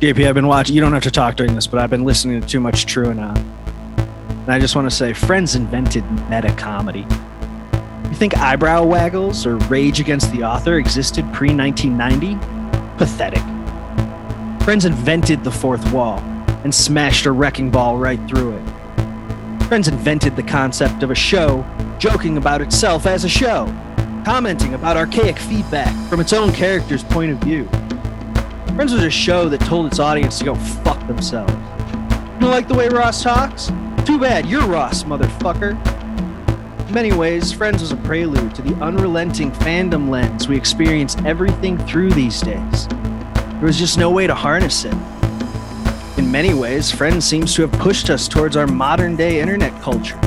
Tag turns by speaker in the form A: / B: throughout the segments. A: JP, I've been watching. You don't have to talk during this, but I've been listening to too much True and On. And I just want to say, Friends invented meta comedy. You think eyebrow waggles or rage against the author existed pre 1990? Pathetic. Friends invented the fourth wall and smashed a wrecking ball right through it. Friends invented the concept of a show joking about itself as a show, commenting about archaic feedback from its own character's point of view. Friends was a show that told its audience to go fuck themselves. You don't like the way Ross talks? Too bad, you're Ross, motherfucker. In many ways, Friends was a prelude to the unrelenting fandom lens we experience everything through these days. There was just no way to harness it. In many ways, Friends seems to have pushed us towards our modern day internet culture.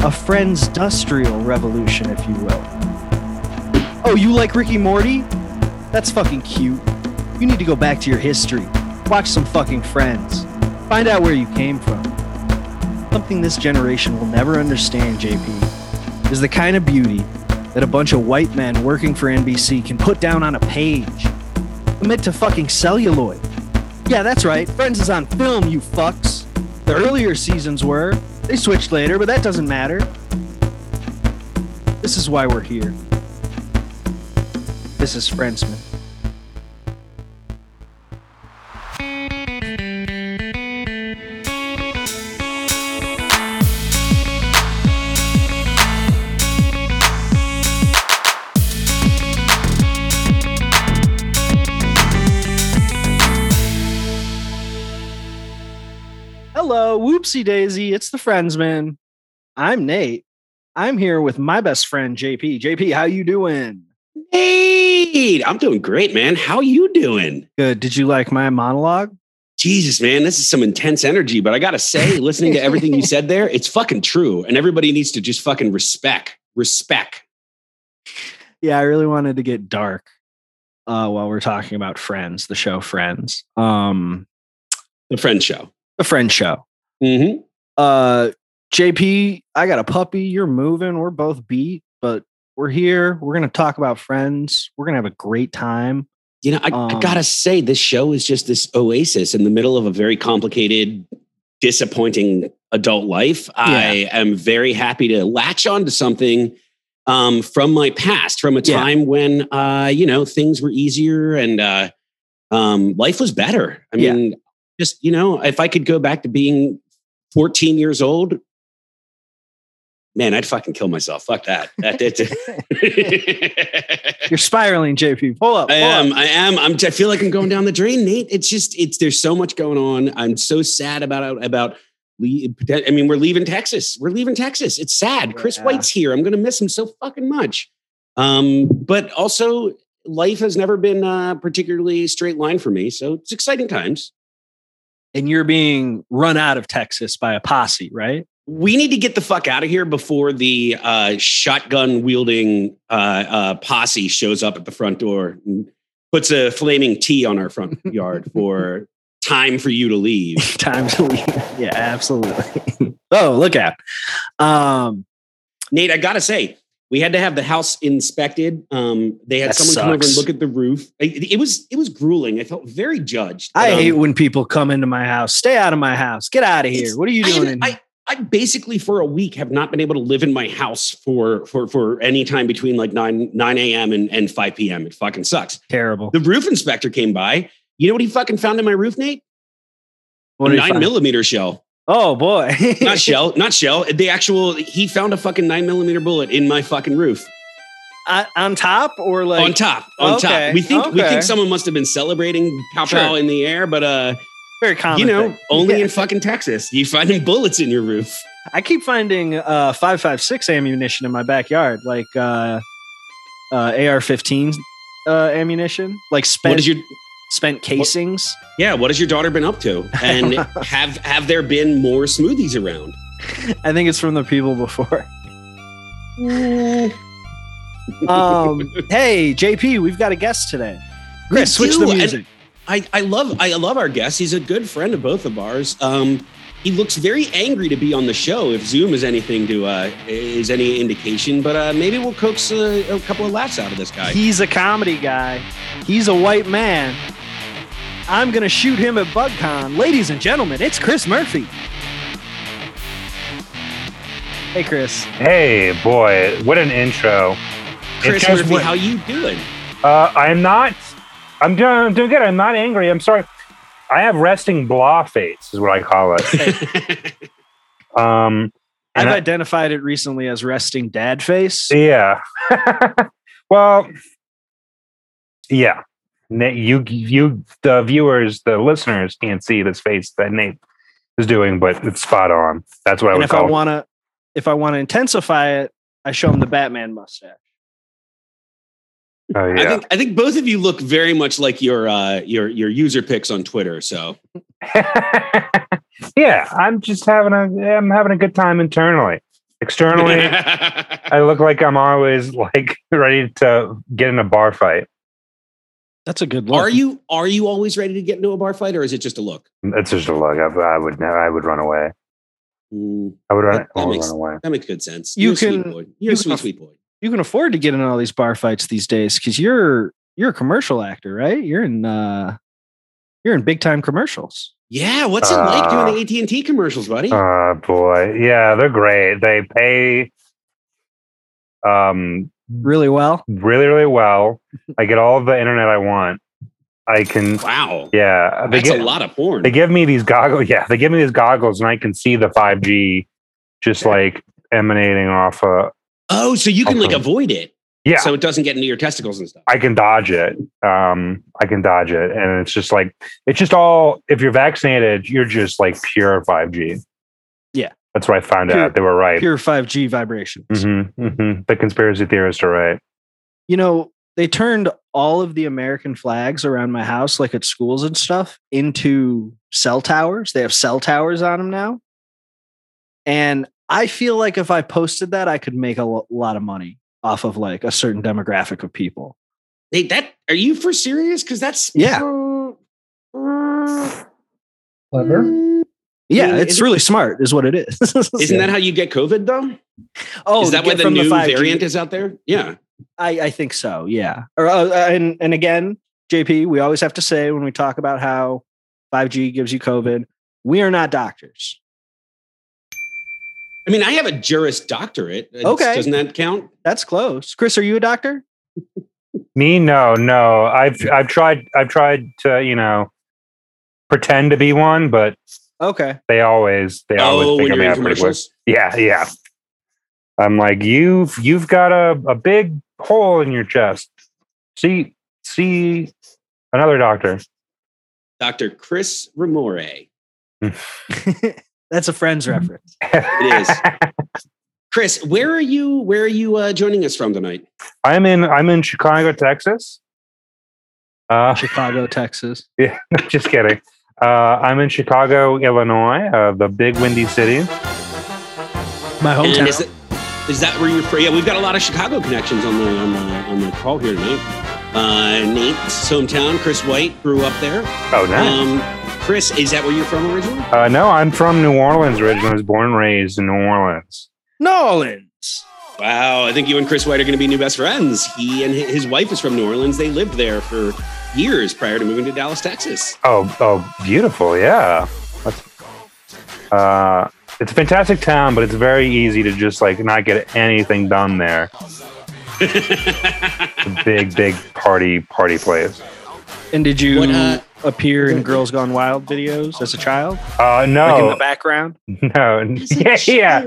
A: A Friends industrial revolution, if you will. Oh, you like Ricky Morty? That's fucking cute. You need to go back to your history. Watch some fucking Friends. Find out where you came from. Something this generation will never understand, JP, is the kind of beauty that a bunch of white men working for NBC can put down on a page. Commit to fucking celluloid. Yeah, that's right. Friends is on film, you fucks. The earlier seasons were. They switched later, but that doesn't matter. This is why we're here. This is Friendsman. Hello, whoopsie daisy. It's the Friendsman. I'm Nate. I'm here with my best friend JP. JP, how you doing?
B: Hey, I'm doing great, man. How you doing?
A: Good. Did you like my monologue?
B: Jesus, man, this is some intense energy, but I gotta say, listening to everything you said there, it's fucking true. And everybody needs to just fucking respect. Respect.
A: Yeah, I really wanted to get dark uh, while we're talking about Friends, the show Friends, um,
B: The friend show.
A: the Friend show.
B: Mm-hmm.
A: Uh, JP, I got a puppy. You're moving. We're both beat, but we're here. We're gonna talk about Friends. We're gonna have a great time.
B: You know, I, I
A: Um,
B: gotta say, this show is just this oasis in the middle of a very complicated, disappointing adult life. I am very happy to latch onto something um, from my past, from a
A: Yeah.
B: time when uh, you know things were easier and uh, um, life was better. I
A: Yeah.
B: mean, just you know, if I could go back to being 14 years old. Man, I'd fucking kill myself. Fuck that. That, that.
A: You're spiraling, JP. Pull up.
B: I
A: pull up.
B: am. I am. I'm. I feel like I'm going down the drain, Nate. It's just. It's. There's so much going on. I'm so sad about about. le- I mean, we're leaving Texas. We're leaving Texas. It's sad. Chris
A: Yeah.
B: White's here. I'm going to miss him so fucking much. Um, but also, life has never been uh, particularly straight line for me. So it's exciting times.
A: And you're being run out of Texas by a posse, right?
B: We need to get the fuck out of here before the uh, shotgun wielding uh, uh, posse shows up at the front door and puts a flaming T on our front yard for time for you to leave.
A: Time to leave. Yeah, absolutely. oh, look out. Um,
B: Nate, I gotta say, we had to have the house inspected. Um, they had
A: That
B: someone come over and
A: sucks.
B: look at the roof. It, it was it was grueling. I felt very judged.
A: I
B: But, um,
A: hate when people come into my house. Stay out of my house. Get out of here.
B: It's-
A: What are you
B: I
A: doing?
B: am-
A: in
B: I,
A: here?
B: I basically for a week have not been able to live in my house for for for any time between like nine nine a.m. and and five p.m. It fucking sucks.
A: Terrible.
B: The roof inspector came by. You know what he fucking found in my roof, Nate?
A: What did
B: a
A: you
B: nine
A: find?
B: millimeter shell,
A: Oh boy.
B: not shell, not shell. The actual he found a fucking nine millimeter bullet in my fucking roof.
A: On- on top or like
B: on top, on
A: Okay,
B: top. We think we
A: okay.
B: think someone must have been celebrating pow pow
A: Sure.
B: in the air, but uh,
A: very common.
B: you know,
A: thing.
B: only
A: Yeah.
B: in fucking Texas you finding bullets in your roof.
A: I keep finding uh 556 ammunition in my backyard, like uh uh AR15 uh ammunition, like spent
B: What is your
A: spent casings.
B: yeah? What has your daughter been up to? And have have there been more smoothies around?
A: I think it's from the people before. Mm, Um hey JP, we've got a guest today. Chris, switch
B: do,
A: the
B: and-
A: music.
B: I I love I love our guest. He's a good friend of both of ours. Um, he looks very angry to be on the show. If Zoom is anything to uh, is any indication, but uh, maybe we'll coax a, a couple of laughs out of this guy.
A: He's a comedy guy. He's a white man. I'm going to shoot him at BugCon. Ladies and gentlemen, it's Chris Murphy. Hey, Chris.
C: Hey, boy, what an intro.
B: Chris
C: It's just
B: Murphy,
C: what-
B: how you doing?
C: Uh, I'm not. I'm doing, I'm doing good. I'm not angry. I'm sorry. I have resting blah face, is what I call it. Um,
A: I've
C: And I-
A: identified it recently as resting dad face.
C: yeah. well, yeah. Na- You, you, the viewers, the listeners can't see this face that Nate is doing, but it's spot on. That's what I
A: and
C: would
A: if I
C: call it.
A: want to, if I want to intensify it, I show him the Batman mustache.
C: Oh,
B: I
C: yeah.
B: think I think both of you look very much like your uh, your your user picks on Twitter. So
C: yeah, I'm just having a I'm having a good time internally. Externally, I look like I'm always like ready to get in a bar fight.
A: That's a good look.
B: are you are you always ready to get into a bar fight, or is it just a look?
C: That's just a look. I, I would never. I would run away.
B: Mm,
C: I would run,
B: That- that
C: I would
B: makes-
C: run away.
B: that makes good sense.
A: You
B: You're a sweet
A: can-
B: boy. You're a
A: you
B: sweet
A: can-
B: sweet boy.
A: You can afford to get in all these bar fights these days because you're you're a commercial actor, right? You're in uh, you're in big time commercials.
B: Yeah, what's it like
C: Uh,
B: doing the AT and T commercials, buddy?
C: Oh boy, yeah, they're great. They pay um
B: Mm-hmm.
A: Really well.
C: really really well. I get all the internet I want. I can.
B: wow,
C: Yeah, they
B: that's
C: get
B: a lot of porn.
C: they give me these goggles. Yeah, they give me these goggles, and I can see the 5G just like emanating off of.
B: oh, so you can like
C: Okay.
B: avoid it,
C: Yeah,
B: so it doesn't get into your testicles and stuff.
C: I can dodge it. Um, I can dodge it, and it's just like it's just all. If you're vaccinated, you're just like pure 5G.
A: Yeah.
C: that's what I found
A: Pure-
C: out. They were right.
A: Pure 5G vibrations.
C: hmm hmm The conspiracy theorists are right.
A: you know, they turned all of the American flags around my house, like at schools and stuff, into cell towers. They have cell towers on them now. And I feel like if I posted that, I could make a lo- lot of money off of like a certain demographic of people.
B: Hey, that are you for serious? Because that's
A: Yeah.
D: Clever.
A: Yeah,
B: mean,
A: it's
B: isn't-
A: really smart, is what it is.
B: Mm. Isn't that how you get COVID though?
A: oh,
B: is that
A: to
B: why
A: get
B: the
A: from
B: new
A: 5G?
B: variant is out there? Yeah.
A: I, I think so. Yeah. Or, uh, uh, and and again, JP, we always have to say when we talk about how 5G gives you COVID, we are not doctors.
B: I mean, I have a Juris Doctorate. It's-
A: Okay.
B: doesn't that count?
A: That's close. Chris, are you a doctor?
C: Me, no, no. I've I've tried. I've tried to you know pretend to be one, but
A: Okay.
C: they always they
B: oh,
C: always
B: when
C: figure
B: you're
C: me
B: in
C: out pretty quick.
B: commercials.
C: Yeah, yeah. I'm like, you've you've got a, a big hole in your chest. See see another doctor.
B: Dr. Chris Ramore.
A: That's a friend's reference.
C: It
B: is. Chris, where are you? Where are you uh, joining us from tonight?
C: I'm in I'm in Chicago, Texas. Uh
A: Chicago, Texas.
C: just kidding. Uh, I'm in Chicago, Illinois, uh, the big windy city.
A: My
B: And
A: hometown.
B: is, it, is that where you're from? Yeah, we've got a lot of Chicago connections on the on the, on the call here tonight. Uh, Nate's hometown, Chris White, grew up there.
C: Oh, nice.
B: Um, Chris, is that where you're from originally?
C: Uh, no, I'm from New Orleans originally. I was born and raised in New Orleans.
A: Nolans.
B: Wow, I think you and Chris White are going to be new best friends. He and his wife is from New Orleans. They lived there for years prior to moving to Dallas, Texas.
C: Oh, oh, beautiful. Yeah. That's- uh, it's a fantastic town, but it's very easy to just like not get anything done there. It's a big, big party, party place.
A: And did you
B: What, uh,
A: appear in Girls Gone Wild videos as a child?
C: Uh,
A: Like in the
C: no,
A: background?
C: no, yeah, yeah.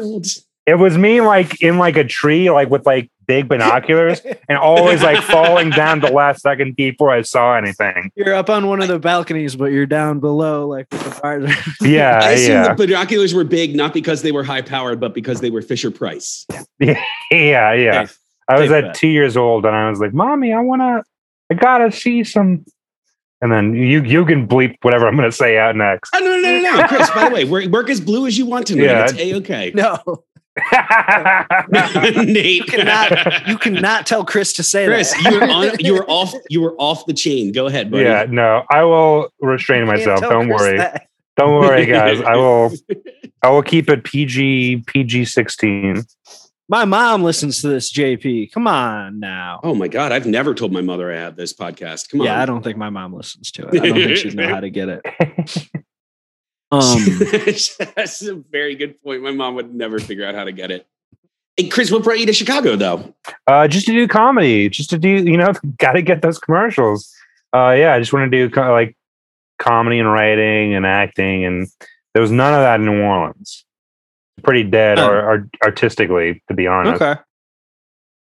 C: It was me like in like a tree, like with like big binoculars, and always like falling down the last second before I saw anything.
A: You're up on one of the balconies, but you're down below, like with the bars.
C: Yeah,
B: I assume
C: yeah,
B: the binoculars were big, not because they were high powered, but because they were Fisher Price.
C: yeah, yeah. I was
A: Take
C: at
A: that.
C: two years old and I was like, Mommy, I wanna I gotta see some and then you you can bleep whatever I'm gonna say out next.
B: Oh, no, no, no, no, Chris. by the way, work, work as blue as you want to.
C: Yeah.
B: Yeah. It's a okay.
A: no,
B: Nate,
A: cannot- you cannot tell Chris to say
B: Chris,
A: that.
B: you were on. You were off. You were off the chain. Go ahead, buddy.
C: yeah, no, I will restrain
A: Can't
C: myself.
A: tell
C: Don't
A: Chris
C: worry.
A: that.
C: Don't worry, guys. I will I will keep it PG PG sixteen.
A: My mom listens to this, JP. Come on now.
B: Oh my God. I've never told my mother I have this podcast. Come on.
A: yeah, I don't think my mom listens to it. I don't think she'd know how to get it. Um,
B: That's a very good point. My mom would never figure out how to get it. Hey, Chris, what brought you to Chicago, though?
C: uh, just to do comedy, just to do, you know, got to get those commercials. Uh, yeah, I just want to do co- like comedy and writing and acting, and there was none of that in New Orleans. Pretty dead,
A: Oh.
C: or, or artistically, to be honest.
A: okay.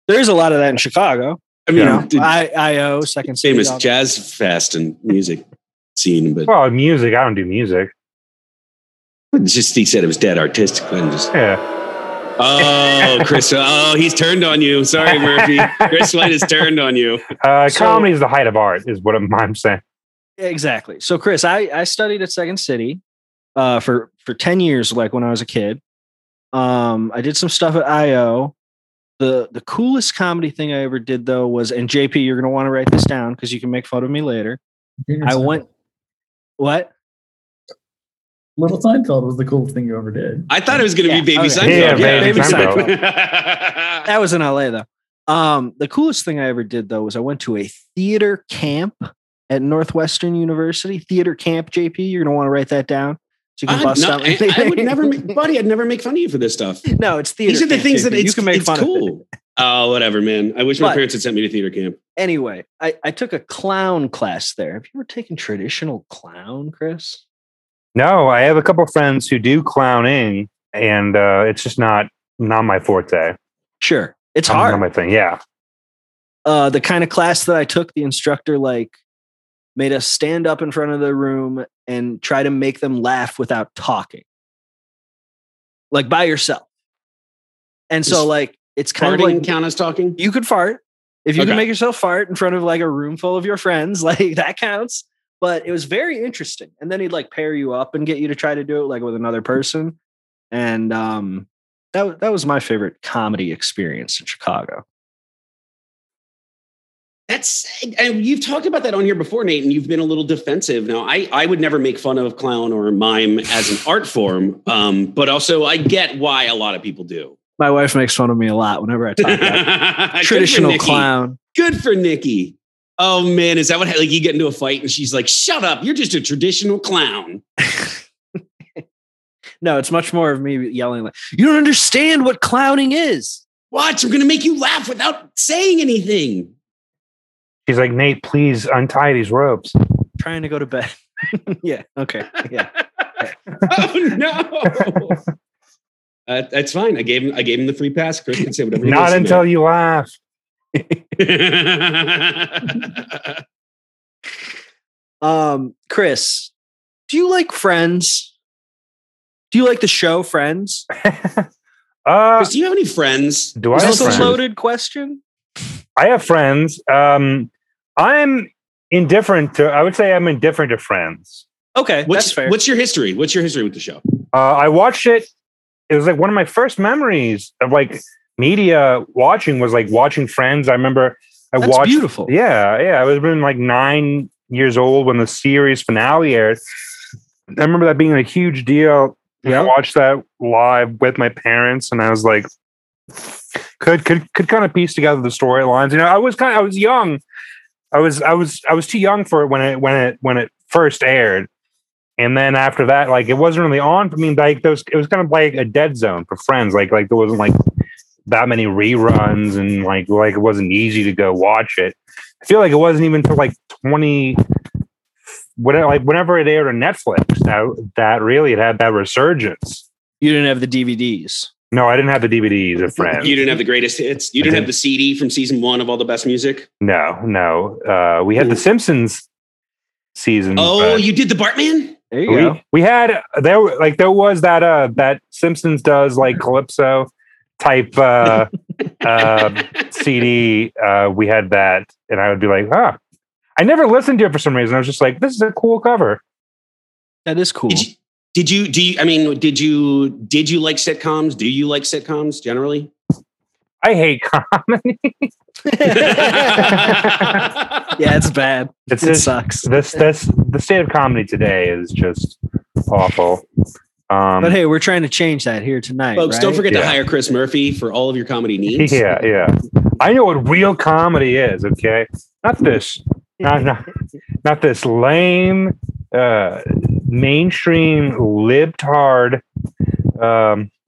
A: There is a lot of that in Chicago.
B: I
A: You
B: mean,
A: know,
B: did-
A: I, IO, Second City.
B: famous
A: all that.
B: jazz fest and music scene, but
C: Well, music, I don't do music.
B: just he said it was dead artistic. And just,
C: Yeah,
B: oh, Chris, oh, he's turned on you. Sorry, Murphy. Chris White has turned on you.
C: uh,
A: So-
C: comedy is the height of art, is what I'm, I'm saying.
A: Exactly. So, Chris, I, I studied at Second City uh, for for ten years, like when I was a kid. Um, I did some stuff at IO. the The coolest comedy thing I ever did, though, was and JP, you're gonna want to write this down because you can make fun of me later. I went. What?
D: Little Seinfeld was the coolest thing you ever did.
B: I thought it was going to
A: Yeah,
B: be Baby
A: okay.
B: Seinfeld.
C: Yeah, Baby
A: That was in LA, though. Um, the coolest thing I ever did, though, was I went to a theater camp at Northwestern University. Theater camp, JP. You're gonna want to write that down. So you can
B: I'm
A: bust
B: not-
A: out
B: Uh, I, I would never, make, buddy. I'd never make fun of you for this stuff.
A: No, it's theater.
B: These are the
A: camp,
B: things
A: JP.
B: that it's,
A: you can make
B: it's
A: fun of. it.
B: cool. Oh, whatever, man. I wish my
A: But-
B: parents had sent me to theater camp.
A: anyway, I, I took a clown class there. Have you ever taken traditional clown, Chris?
C: No, I have a couple friends who do clowning, and uh, it's just not not my forte.
A: Sure. It's
C: Not
A: hard.
C: my thing. Yeah.
A: Uh, the kind of class that I took, the instructor like made us stand up in front of the room and try to make them laugh without talking, like by yourself. And so,
B: Is
A: like, it's kind
B: Farting
A: of like
B: count as talking.
A: you could fart if you
B: Okay.
A: can make yourself fart in front of like a room full of your friends like that counts but it was very interesting and then he'd like pair you up and get you to try to do it like with another person and um that, wa- that was my favorite comedy experience in chicago
B: That's and you've talked about that on here before, Nate, and you've been a little defensive. Now, I I would never make fun of clown or mime as an art form, um, but also I get why a lot of people do.
A: my wife makes fun of me a lot whenever i talk about
B: Good for
A: traditional
B: Nikki.
A: clown
B: Good for Nikki. Oh man, is that what like you get into a fight and she's like, "Shut up! You're just a traditional clown."
A: no it's much more of me yelling like you don't understand what clowning is
B: Watch, I'm going to make you laugh without saying anything.
C: She's like, Nate, please untie these ropes.
A: trying to go to bed yeah okay yeah
B: oh no. Uh, that's fine. I gave him. I gave him the free pass. Chris can say whatever. he wants
C: Not
B: to now.
C: until you laugh.
B: I
A: Um, Chris, do you like Friends? Do you like the show Friends?
C: Uh,
B: do you have any friends?
C: do I
A: Is
C: have
A: this
B: Also
A: a
C: friends?
A: loaded question?
C: I have friends. Um, I'm indifferent to. I would say I'm indifferent to friends.
A: Okay,
B: What's,
A: that's fair.
B: what's your history? What's your history with the show?
C: Uh, I watched it. It was like one of my first memories of like media watching was like watching Friends. I remember I
A: that's
C: watched.
A: beautiful.
C: Yeah, yeah. I was been like nine years old when the series finale aired. I remember that being a huge deal. And I
A: Yeah.
C: watched that live with my parents, and I was like, could could could kind of piece together the storylines. You know, I was kind of I was young. I was I was I was too young for it when it when it when it first aired. And then after that, like it wasn't really on for me. Like those, it was kind of like a dead zone for friends. Like like there wasn't like that many reruns, and like like it wasn't easy to go watch it. I feel like it wasn't even until like twenty, whatever, like whenever it aired on Netflix that that really it had that resurgence.
A: You didn't have the DVDs.
C: No, I didn't have the DVDs of Friends.
B: You didn't have the greatest hits. You
C: I
B: didn't have
C: didn't.
B: the CD from season one of all the best music.
C: No, no. Uh, we had the
B: Ooh.
C: Simpsons season.
B: Oh,
C: but
B: you did the Bartman.
A: There you go.
C: we, we had there were- like there was that uh that Simpsons does like Calypso type uh, uh CD. Uh, we had that, and I would be like, huh. I never listened to it for some reason. I was just like, this is a cool cover.
A: That is cool.
B: Did you? Did you? Do you? I mean, did you? Did you like sitcoms? Do you like sitcoms generally?
C: I hate comedy.
B: yeah.
A: yeah, it's bad.
C: It's
A: it
C: just
A: sucks.
C: this this the state of comedy today is just awful. Um,
A: but hey, we're trying to change that here tonight.
B: Folks, don't
A: right?
B: forget to
C: Yeah.
B: hire Chris Murphy for all of your comedy needs.
C: yeah, yeah. I know what real comedy is. Okay, not this, not not, not this lame, uh, mainstream libtard. Um,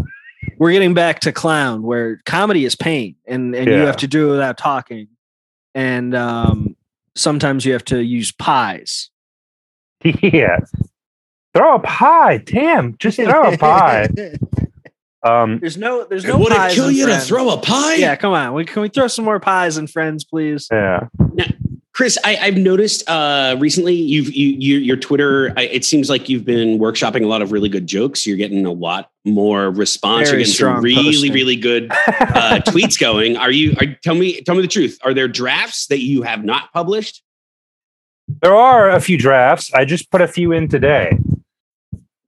A: We're getting back to clown, where comedy is pain, and and you
C: Yeah.
A: have to do it without talking, and um, sometimes you have to use pies.
C: yeah, throw a pie. Damn, just throw a pie. Um,
A: There's no, there's no.
B: Would it
A: pies
B: kill
A: in
B: you to
A: Friends.
B: throw a pie?
A: Yeah, come on. We, can we throw some more pies and friends, please?
C: yeah,
B: Chris, I, I've noticed uh, recently you've you, you your Twitter. I, it seems like you've been workshopping a lot of really good jokes. You're getting a lot more response.
A: Very
B: You're getting some
A: strong
B: really
A: posting.
B: really good uh, tweets going. Are you? Are, tell me tell me the truth. Are there drafts that you have not published?
C: there are a few drafts. I just put a few in today.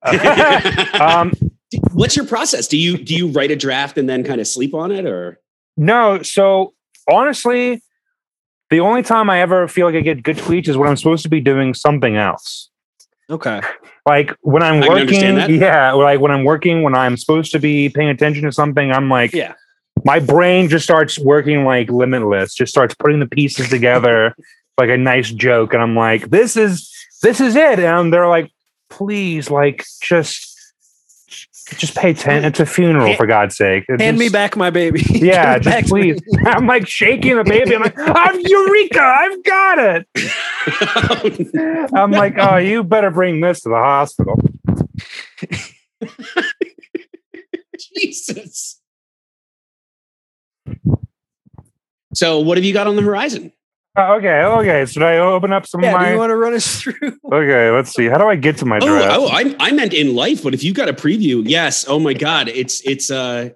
C: um,
B: What's your process? Do you do you write a draft and then kind of sleep on it, or
C: No, so honestly, the only time I ever feel like I get good tweets is when I'm supposed to be doing something else.
A: Okay.
C: Like when I'm
B: I can understand
C: working,
B: that.
C: yeah, or, like when I'm working, when I'm supposed to be paying attention to something, I'm like,
A: Yeah.
C: my brain just starts working like limitless, just starts putting the pieces together like a nice joke, and I'm like, this is this is it, and they're like, please, like just. Just pay ten. It's a funeral, for God's sake. It
A: Hand me
C: just-
A: back my baby.
C: yeah,
A: Give it back
C: just
A: to me.
C: please. I'm like shaking the baby. I'm like, I'm Eureka. I've got it. I'm like, oh, you better bring this to the hospital.
B: Jesus? So, what have you got on the horizon?
C: Uh, okay, okay. Should I open up some
A: Yeah,
C: of
A: do you
C: my?
A: want to run us through?
C: Okay, let's see. How do I get to my
B: Oh,
C: draft?
B: oh I, I meant in life, but if you got a preview, yes. Oh my God, it's it's uh,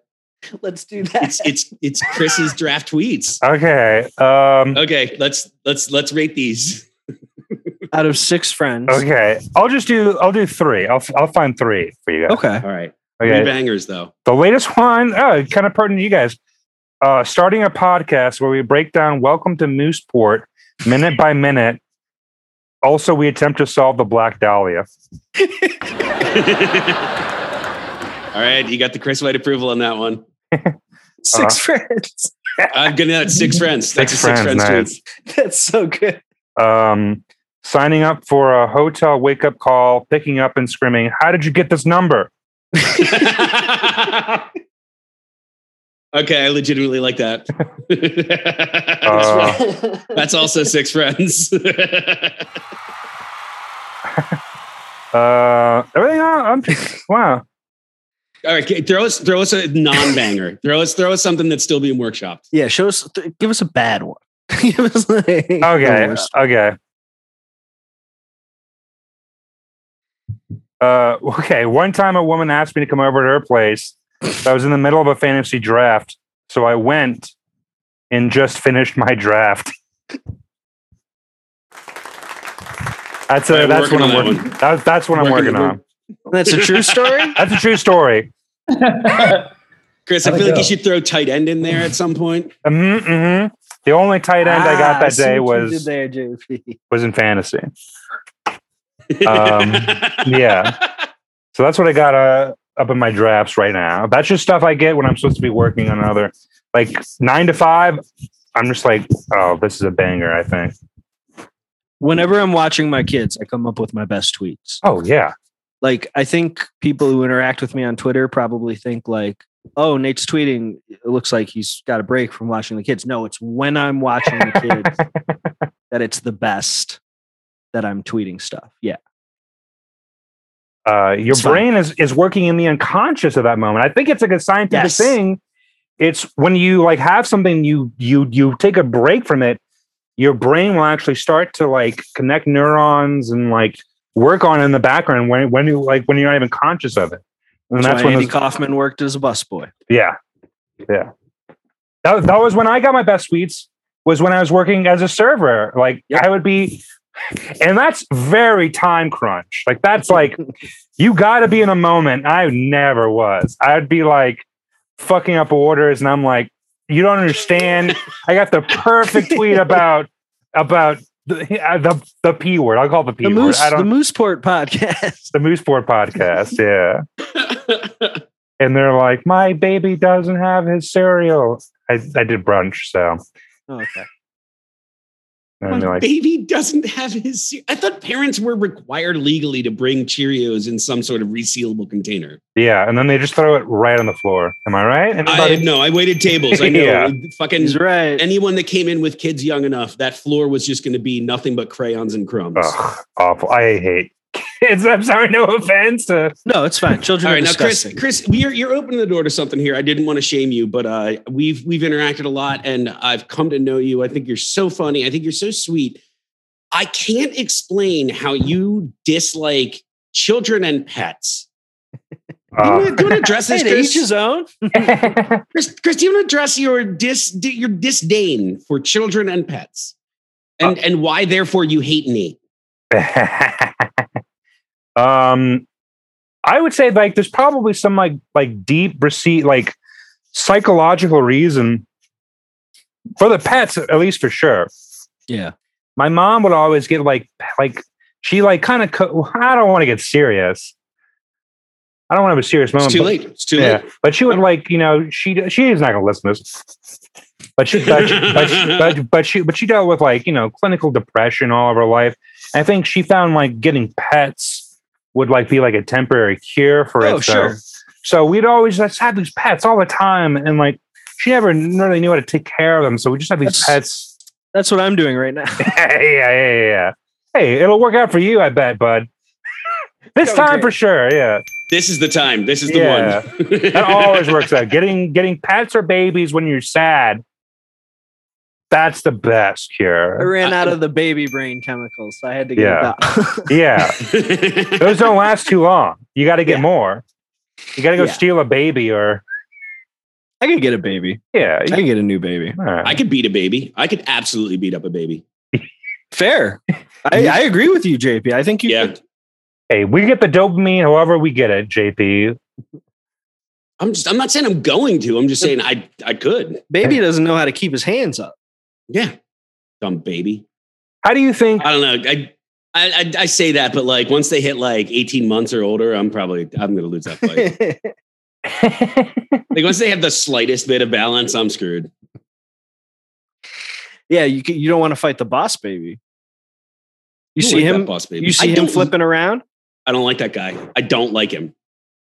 A: Let's do that.
B: it's it's it's Chris's draft tweets.
C: Okay. Um.
B: Okay, let's let's let's rate these.
A: Out of six friends.
C: Okay. I'll just do. I'll do three. I'll f- I'll find three for you guys.
A: Okay.
B: All right, three
C: Okay.
B: bangers though.
C: The latest one. Oh, kind of pertinent to you guys. Uh, starting a podcast where we break down Welcome to Mooseport minute by minute. Also, we attempt to solve the Black Dahlia.
B: All right, you got the Chris White approval on that one.
A: Six friends.
B: I'm gonna that's six friends. That's
C: Six
B: a six
C: friends,
B: friends,
C: nice.
B: tweet.
A: That's so good.
C: um, signing up for a hotel wake up call, picking up and screaming, How did you get this number?
B: okay, I legitimately like that.
C: Uh,
B: That's also six friends.
C: Uh, everything else, I'm just, wow.
B: All right, okay, throw us throw us a non-banger. throw us throw us something that's still being workshopped.
A: yeah, show us, th- give us a bad one. give us like, the
C: Okay.
A: worst.
C: Okay. Uh, okay. One time a woman asked me to come over to her place. I was in the middle of a fantasy draft. So I went and just finished my draft. That's
B: All
C: a,
B: right, we're
C: that's what
B: working
C: I'm
B: on that
C: working.
B: one.
C: That, that's what I'm
B: Working-
C: working on.
A: That's a true story?
C: That's a true story.
B: Chris, I
D: How'd it
B: feel like
D: go?
B: you should throw tight end in there at some point.
C: Mm-hmm, The only tight end I
A: Ah,
C: got that
A: see
C: day
A: what you did
C: was
A: there, JP.
C: was in fantasy. Um, yeah. So that's what I got uh, up in my drafts right now. That's just stuff I get when I'm supposed to be working on another like nine to five. I'm just like, oh, this is a banger. I think.
A: Whenever I'm watching my kids, I come up with my best tweets.
C: Oh yeah,
A: like I think people who interact with me on Twitter probably think like, oh, Nate's tweeting. It looks like he's got a break from watching the kids. No, it's when I'm watching the kids that it's the best that I'm tweeting stuff. Yeah.
C: uh, your
A: It's fine.
C: brain is is working in the unconscious at that moment. I think it's like a scientific
A: Yes.
C: thing. It's when you like have something you you you take a break from it, your brain will actually start to like connect neurons and like work on it in the background when when you like when you're not even conscious of it. And
A: That's,
C: that's,
A: why
C: when
A: Andy
C: those-
A: Kaufman worked as a busboy.
C: yeah. Yeah. That, that was when I got my best tweets was when I was working as a server. Like
A: Yep.
C: I would be and that's very time crunch. Like that's like you gotta be in a moment. I never was. I'd be like fucking up orders and I'm like, you don't understand. I got the perfect tweet about about The, uh, the, the P word. I'll call it the P
A: The
C: word.
A: Moose,
C: I
A: the
C: don't.
A: Mooseport podcast.
C: The, Mooseport podcast. Yeah. And they're like, my baby doesn't have his cereal. I, I did brunch, so.
A: Oh, okay.
C: And they're
B: My
C: like,
B: baby doesn't have his. cere- I thought parents were required legally to bring Cheerios in some sort of resealable container.
C: yeah. And then they just throw it right on the floor. Am I right?
B: I
C: Anybody?
B: no, I waited tables. I know.
C: Yeah.
B: Fucking
A: He's right.
B: anyone that came in with kids young enough, that floor was just going to be nothing but crayons and crumbs.
C: Ugh, awful. I hate kids. I'm sorry. No offense. To,
A: No, it's fine. Children
B: All
A: are
B: right, now Chris,
A: disgusting.
B: Chris, you're you're opening the door to something here. I didn't want to shame you, but uh, we've we've interacted a lot, and I've come to know you. I think you're so funny. I think you're so sweet. I can't explain how you dislike children and pets. Do you,
C: uh,
B: wanna- do you want to address this,
A: Hey, to each
B: Chris?
A: his own.
B: Chris? Chris, do you want to address your dis di- your disdain for children and pets, and
C: Ah.
B: and why therefore you hate me?
C: um i would say like there's probably some like like deep receipt like psychological reason for the pets at least for sure
A: Yeah.
C: my mom would always get like like she like kind of co- i don't want to get serious i don't want to have a serious
B: It's
C: moment
B: too
C: Um, but-
B: late. It's too
C: yeah
B: late.
C: but she would like you know she she is not gonna listen to this but she but she, but, she, but, but she but she dealt with like you know clinical depression all of her life i think she found like getting pets would like be like a temporary cure for
A: Oh,
C: it
A: sure.
C: so we'd always just have these pets all the time and like she never really knew how to take care of them so we just have these
A: That's-
C: pets
A: That's what I'm doing right now.
C: yeah, yeah, yeah, yeah. Hey, it'll work out for you, I bet, bud. this
A: Going
C: time
A: great.
C: for sure, yeah.
B: This is the time. This is the
C: Yeah.
B: one.
C: That always works out. Getting getting pets or babies when you're sad. That's the best
A: I
C: cure.
A: ran out of the baby brain chemicals. So I had to get
C: Yeah.
A: it out.
C: Yeah. Those don't last too long. You gotta get
A: Yeah.
C: more. You gotta go
A: Yeah.
C: steal a baby or
A: I could get a baby.
C: yeah.
A: I could get a new baby.
C: all right.
B: I could beat a baby. I could absolutely beat up a baby.
A: Fair. I, I agree with you, JP. I think you
B: yeah.
A: could.
C: hey, we get the dopamine however we get it, JP.
B: I'm just I'm not saying I'm going to. I'm just saying I I could.
A: Baby doesn't know how to keep his hands up.
B: Yeah. Dumb baby.
C: How do you think
B: I don't know. I I, I, I say that, but like once they hit like 18 months or older, I'm probably I'm gonna lose that fight. like once they have the slightest bit of balance, I'm screwed.
A: yeah, you c- you don't want to fight the boss baby. You
B: I don't
A: see
B: like that
A: him.
B: boss baby.
A: You see
B: I
A: him
B: don't-
A: flipping around.
B: I don't like that guy. I don't like him.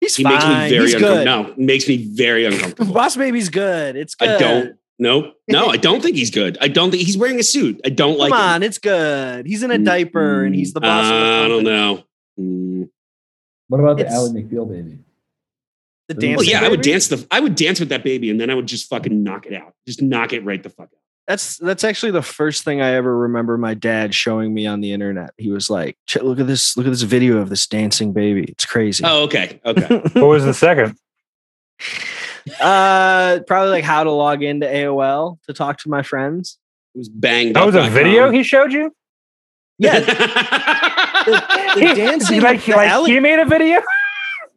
A: He's
B: He
A: fine.
B: makes me very
A: He's
B: uncomfortable.
A: good.
B: No, makes me very uncomfortable.
A: Boss baby's good. It's good.
B: I don't. No, no, I don't think he's good. I don't think he's wearing a suit. I don't
A: Come
B: like. him. Mm,
A: on, it's good. He's in a diaper and he's the boss. of the
B: I don't
A: company.
B: know. Mm.
D: What about
A: It's-
D: the Ally McBeal baby?
A: The
D: Well,
A: dancing.
B: Well, yeah, I would
A: baby?
B: dance the. I would dance with that baby, and then I would just fucking knock it out. Just knock it right the fuck out.
A: That's that's actually the first thing I ever remember my dad showing me on the internet. He was like, "Ch- "Look at this! Look at this video of this dancing baby. It's crazy."
B: Oh, okay, okay.
C: what was the second?
A: uh, probably like how to log into AOL to talk to my friends.
B: It was bang.
C: That was a video he showed you?
A: Yeah,
B: Yeah.
A: the dancing
C: like,
A: like, the,
C: like
A: Ally,
C: he made a video?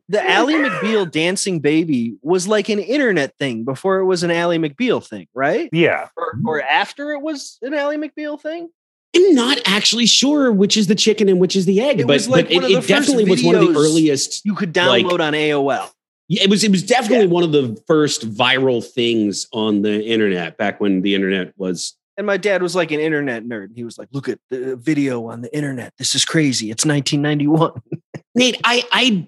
A: the Ally McBeal dancing baby was like an internet thing before it was an Ally McBeal thing, right?
C: Yeah.
A: Or, or
B: Mm-hmm.
A: after it was an Ally McBeal thing.
B: I'm not actually sure which is the chicken and which is the egg,
A: It
B: but,
A: was like
B: but it,
A: one of the
B: it
A: first
B: definitely was one of the
A: videos.
B: earliest.
A: You could
B: Like-
A: download on AOL.
B: It was. It was definitely one of the first viral things on the internet back when the internet was.
A: And my dad was like an internet nerd. He was like, "Look at the video on the internet. This is crazy. It's 1991."
B: Nate, I, I,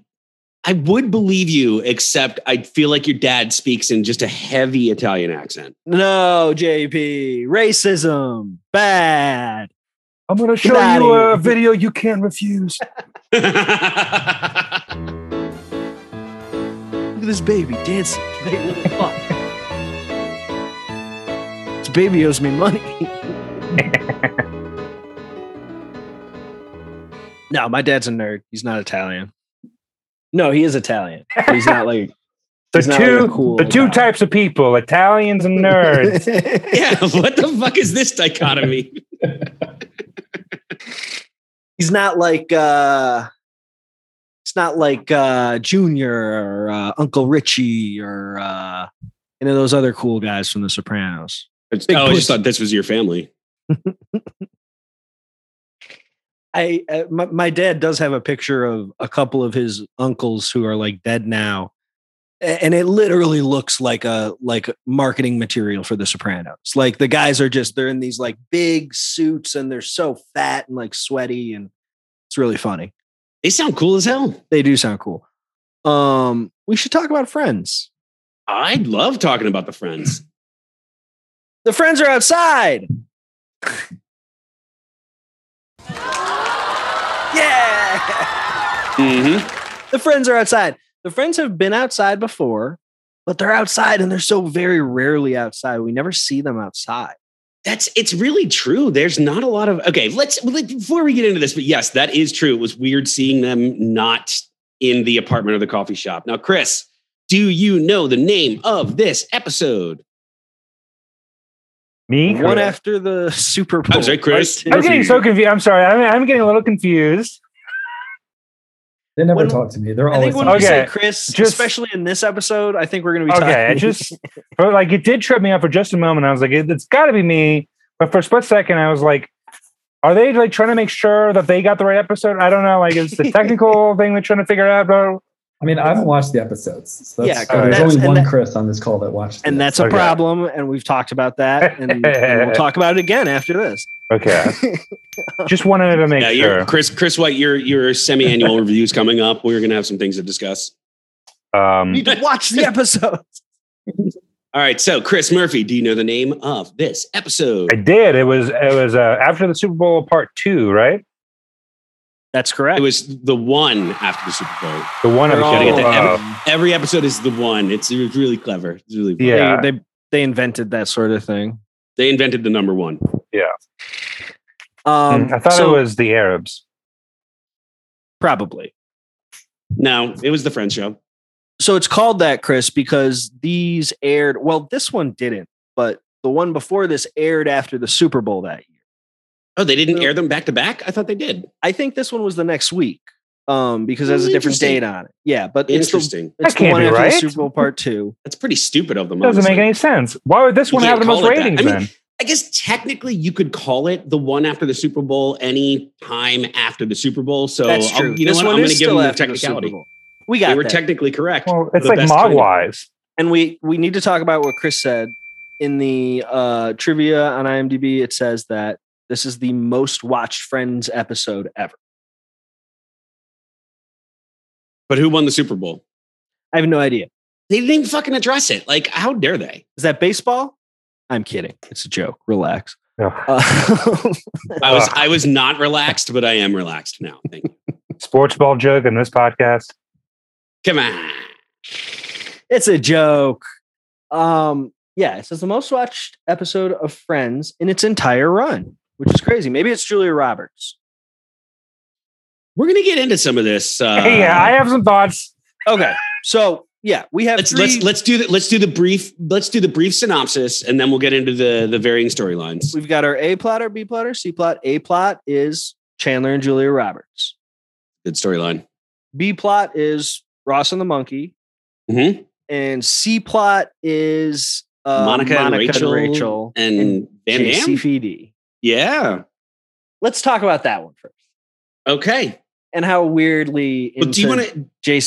B: I would believe you, except I feel like your dad speaks in just a heavy Italian accent.
A: No, JP, racism bad.
C: I'm gonna
A: show outta you a here.
C: video you can't refuse.
B: All
A: Look at this baby dancing. Hey, what the fuck? This baby owes me money. no, my dad's a nerd. He's not Italian. No, he is Italian. but he's not like
C: The
A: He's not
C: two,
A: really cool
C: the two
A: about it.
C: types of people, Italians and nerds.
B: yeah, what the fuck is this dichotomy?
A: he's not like uh it's not like uh junior or uh, uncle richie or uh any of those other cool guys from the sopranos
B: It's-
A: Big
B: oh, I
A: pussy.
B: just thought this was your family.
A: I uh, my, my dad does have a picture of a couple of his uncles who are like dead now, A- and it literally looks like a like marketing material for The Sopranos. Like the guys are just they're in these like big suits and they're so fat and like sweaty, and it's really funny.
B: They sound cool as hell.
A: They do sound cool. Um, we should talk about Friends.
B: I love talking about the friends.
A: The Friends are outside. yeah.
B: Mm-hmm.
A: the friends are outside. The friends have been outside before, but they're outside and they're so very rarely outside. We never see them outside.
B: That's it's really true. There's not a lot of okay. Let's let, before we get into this, but yes, that is true. It was weird seeing them not in the apartment or the coffee shop. Now, Chris, do you know the name of this episode?
C: Me?
A: One after the Super Bowl.
B: sorry, Chris.
A: right?
C: I'm getting so confused. I'm sorry. I'm, I'm getting a little confused.
D: They never
A: When-
D: talk to me. They're
A: I
D: always
A: think when
D: talking.
A: we
C: Okay,
A: say Chris,
C: just-
A: especially in this episode, I think we're going to be talking.
C: Okay, it just but like it did trip me up for just a moment. I was like, it, it's got to be me. But for a split second, I was like, are they like trying to make sure that they got the right episode? I don't know. Like, it's the technical thing they're trying to figure out. Bro.
D: I mean, I haven't watched the episodes. So that's,
A: Yeah,
D: so there's
A: that's-
D: only
A: and
D: one
A: that-
D: Chris on this call that watched. the
A: and that's a
C: Okay.
A: problem, and we've talked about that, and, and we'll talk about it again after this.
C: Okay, just wanted to make
B: Yeah, you're-
C: sure.
B: Chris, Chris White, your your semi-annual review's coming up. We're gonna have some things to discuss.
A: You
C: Um,
A: need to watch the episode.
B: All right, so Chris Murphy, do you know the name of this episode?
C: I did. It was it was uh, after the Super Bowl part two, right?
A: That's correct.
B: It was the one after the Super Bowl.
C: The one
A: They're
C: episode.
A: all-
B: gotta get that
C: uh,
B: Every episode is the one. It's, it's really clever. It's really fun.
C: Yeah.
A: they, they they invented that sort of thing.
B: They invented the number one.
A: Um,
C: Mm, I thought
A: so-
C: it was the Arabs.
A: probably.
B: No, it was the Friends show.
A: so it's called that chris because these aired well this one didn't but the one before this aired after the super bowl that year
B: Oh, they didn't
A: Well-
B: air them back to back. I thought they did.
A: i think this one was the next week um because it has a
B: Oh,
A: different
B: interesting.
A: date on it yeah but it's the,
B: Interesting.
A: it's the
C: That can't
A: one
C: be
A: after
C: right.
A: the super bowl part two
B: That's pretty stupid of them.
C: Doesn't
B: honestly.
C: make any sense. Why would this
B: You
C: one
B: can't
C: have the most
B: call it that.
C: ratings
B: I mean,
C: then?
B: I guess technically you could call it the one after the Super Bowl any time after the Super Bowl. So
A: that's
B: I'll-
A: true
B: you know
A: this
B: what?
A: one
B: I'm
A: is
B: going to give
A: still
B: them the
A: after the super
B: technicality.
A: bowl we got
B: they were
A: that.
B: technically correct.
C: Well, it's
B: The
C: like
B: best kind of-
C: Mogwai's.
A: and we we need to talk about what chris said in the uh trivia on imdb it says that this is the most watched friends episode ever
B: But who won the Super Bowl?
A: i have no idea
B: They didn't even fucking address it. Like, how dare they?
A: is that baseball i'm kidding it's a joke relax
C: Ugh.
A: Uh,
B: I was
C: Ugh.
B: I was not relaxed, but I am relaxed now. Thank you.
C: Sports ball joke in this podcast.
B: Come on.
A: it's a joke. Um, yeah, it says the most watched episode of Friends in its entire run, which is crazy. Maybe it's Julia Roberts.
B: We're gonna get into some of this. Uh,
C: Hey, yeah, I have some thoughts.
A: Okay, so yeah, we have
B: let's
A: three.
B: let's let's do the let's do the brief let's do the brief synopsis, and then we'll get into the the varying storylines.
A: we've got our A plot, our B plot, our C plot. A plot is Chandler and Julia Roberts.
B: Good storyline.
A: B plot is Ross and the monkey,
B: hmm
A: and C plot is uh,
B: Um, Monica, and Rachel, and and, Van Damme.
A: JCVD.
B: Yeah.
A: Let's talk about that one first,
B: Okay.
A: and how weirdly
B: But do you
A: into
B: want to? Do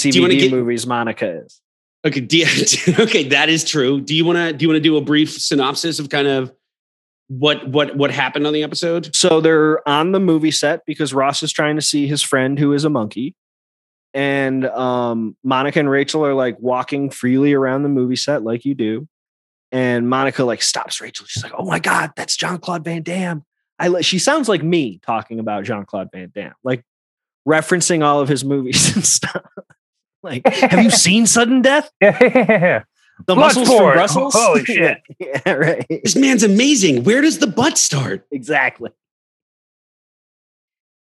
B: you wanna
A: JCVD
B: get-
A: movies Monica is.
B: Okay. Do you- okay. That is true. Do you want to? Do you want to do a brief synopsis of kind of what what what happened on the episode?
A: So they're on the movie set because Ross is trying to see his friend who is a monkey. And um, Monica and Rachel are like walking freely around the movie set like you do. And Monica like stops Rachel. She's like, "Oh my god, that's Jean-Claude Van Damme." I li- she sounds like me talking about Jean-Claude Van Damme. Like referencing all of his movies and stuff. Like, have you seen Sudden Death?
C: Yeah. Oh,
A: The Muscles
C: Bloodsport.
A: from Brussels?
C: Holy shit.
A: yeah, right.
B: This man's amazing. Where does the butt start?
A: exactly.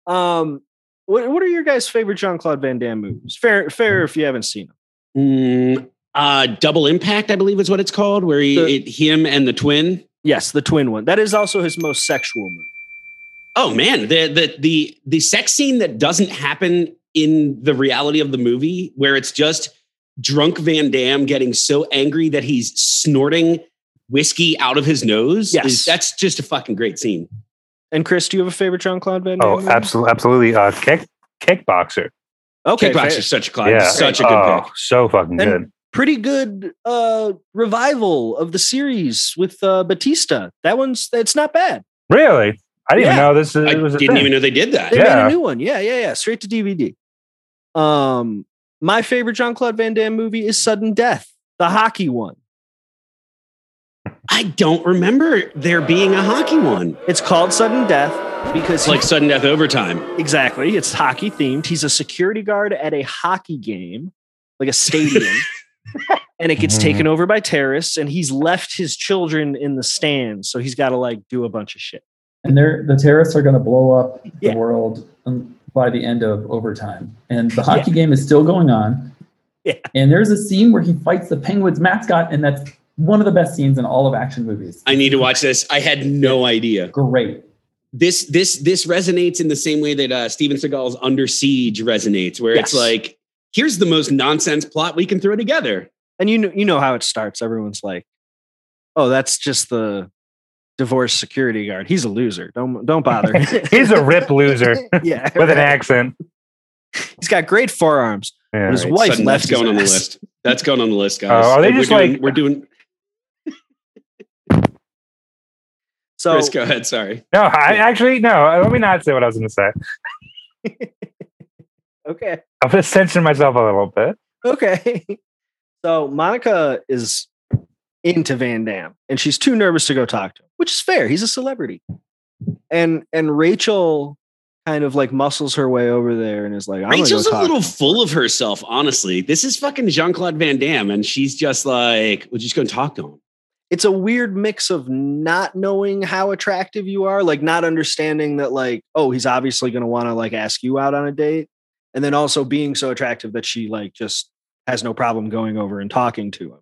A: Um, what what are your guys' favorite Jean Claude Van Damme movies? Fair, fair if you haven't seen them.
B: Mm, uh, double impact, I believe, is what it's called, where he
A: The-
B: it, him and the twin.
A: Yes, the twin one. That is also his most sexual movie.
B: Oh man, the the the the sex scene that doesn't happen in the reality of the movie, where it's just drunk Van Damme getting so angry that he's snorting whiskey out of his nose.
A: Yes.
B: is- that's just a fucking great scene.
A: And Chris, do you have a favorite John Claude Van Damme?
C: Oh,
A: movie?
C: absolutely, absolutely. Uh, kick kickboxer.
A: Okay,
B: Kickboxer's
A: fair-
B: such a class.
C: Yeah.
B: Such a good
C: oh,
B: pick.
C: so fucking
A: And-
C: good.
A: pretty good uh, revival of the series with uh, Batista. That one's it's not bad.
C: Really, I didn't
A: Yeah.
C: even know this
B: I
C: is, was a
B: didn't
C: thing.
B: even know they did that.
A: They made
C: Yeah.
A: a new one. Yeah, yeah, yeah. Straight to DVD. Um, my favorite Jean Claude Van Damme movie is Sudden Death, the hockey one.
B: I don't remember there being a hockey one.
A: It's called Sudden Death because
B: It's
A: he-
B: like sudden death overtime.
A: exactly it's hockey themed. He's a security guard at a hockey game, like a stadium. And it gets
C: Mhm.
A: taken over by terrorists, and he's left his children in the stands. So he's got to like do a bunch of shit.
D: And they're the terrorists are going to blow up
A: Yeah.
D: the world um, by the end of overtime. And the hockey game is still going on.
A: Yeah.
D: And there's a scene where he fights the Penguins mascot, and that's one of the best scenes in all of action movies.
B: I need to watch this. I had no idea.
D: Great.
B: This this this resonates in the same way that uh, Steven Seagal's Under Siege resonates, where it's
A: Yes.
B: like, here's the most nonsense plot we can throw together.
A: and you know you know how it starts. Everyone's like, "Oh, that's just the divorced security guard. He's a loser. Don't don't bother."
C: He's a rip loser
A: yeah,
C: with an
A: right.
C: accent.
A: He's got great forearms.
C: Yeah.
A: But his
B: All
A: wife
B: sudden
A: left
B: That's going
A: his
B: on the
A: ass.
B: list. That's going on the list, guys.
C: Oh, are they
B: We're
C: just
B: doing-
C: like-
B: we're doing?
A: So
B: Chris, go ahead. Sorry.
C: No, I actually no. uh, Let me not say what I was going to say.
A: okay,
C: i will just censor myself a little bit.
A: okay. So Monica is into Van Damme, and she's too nervous to go talk to him, which is fair. He's a celebrity, and and Rachel kind of like muscles her way over there and is like, "I'm gonna go
B: Rachel's a
A: talk
B: little
A: to him."
B: full of herself, honestly. This is fucking Jean Claude Van Damme, and she's just like, we're just going to talk to him.
A: it's a weird mix of not knowing how attractive you are, like not understanding that, like, oh, he's obviously going to want to like ask you out on a date, and then also being so attractive that she like just has no problem going over and talking to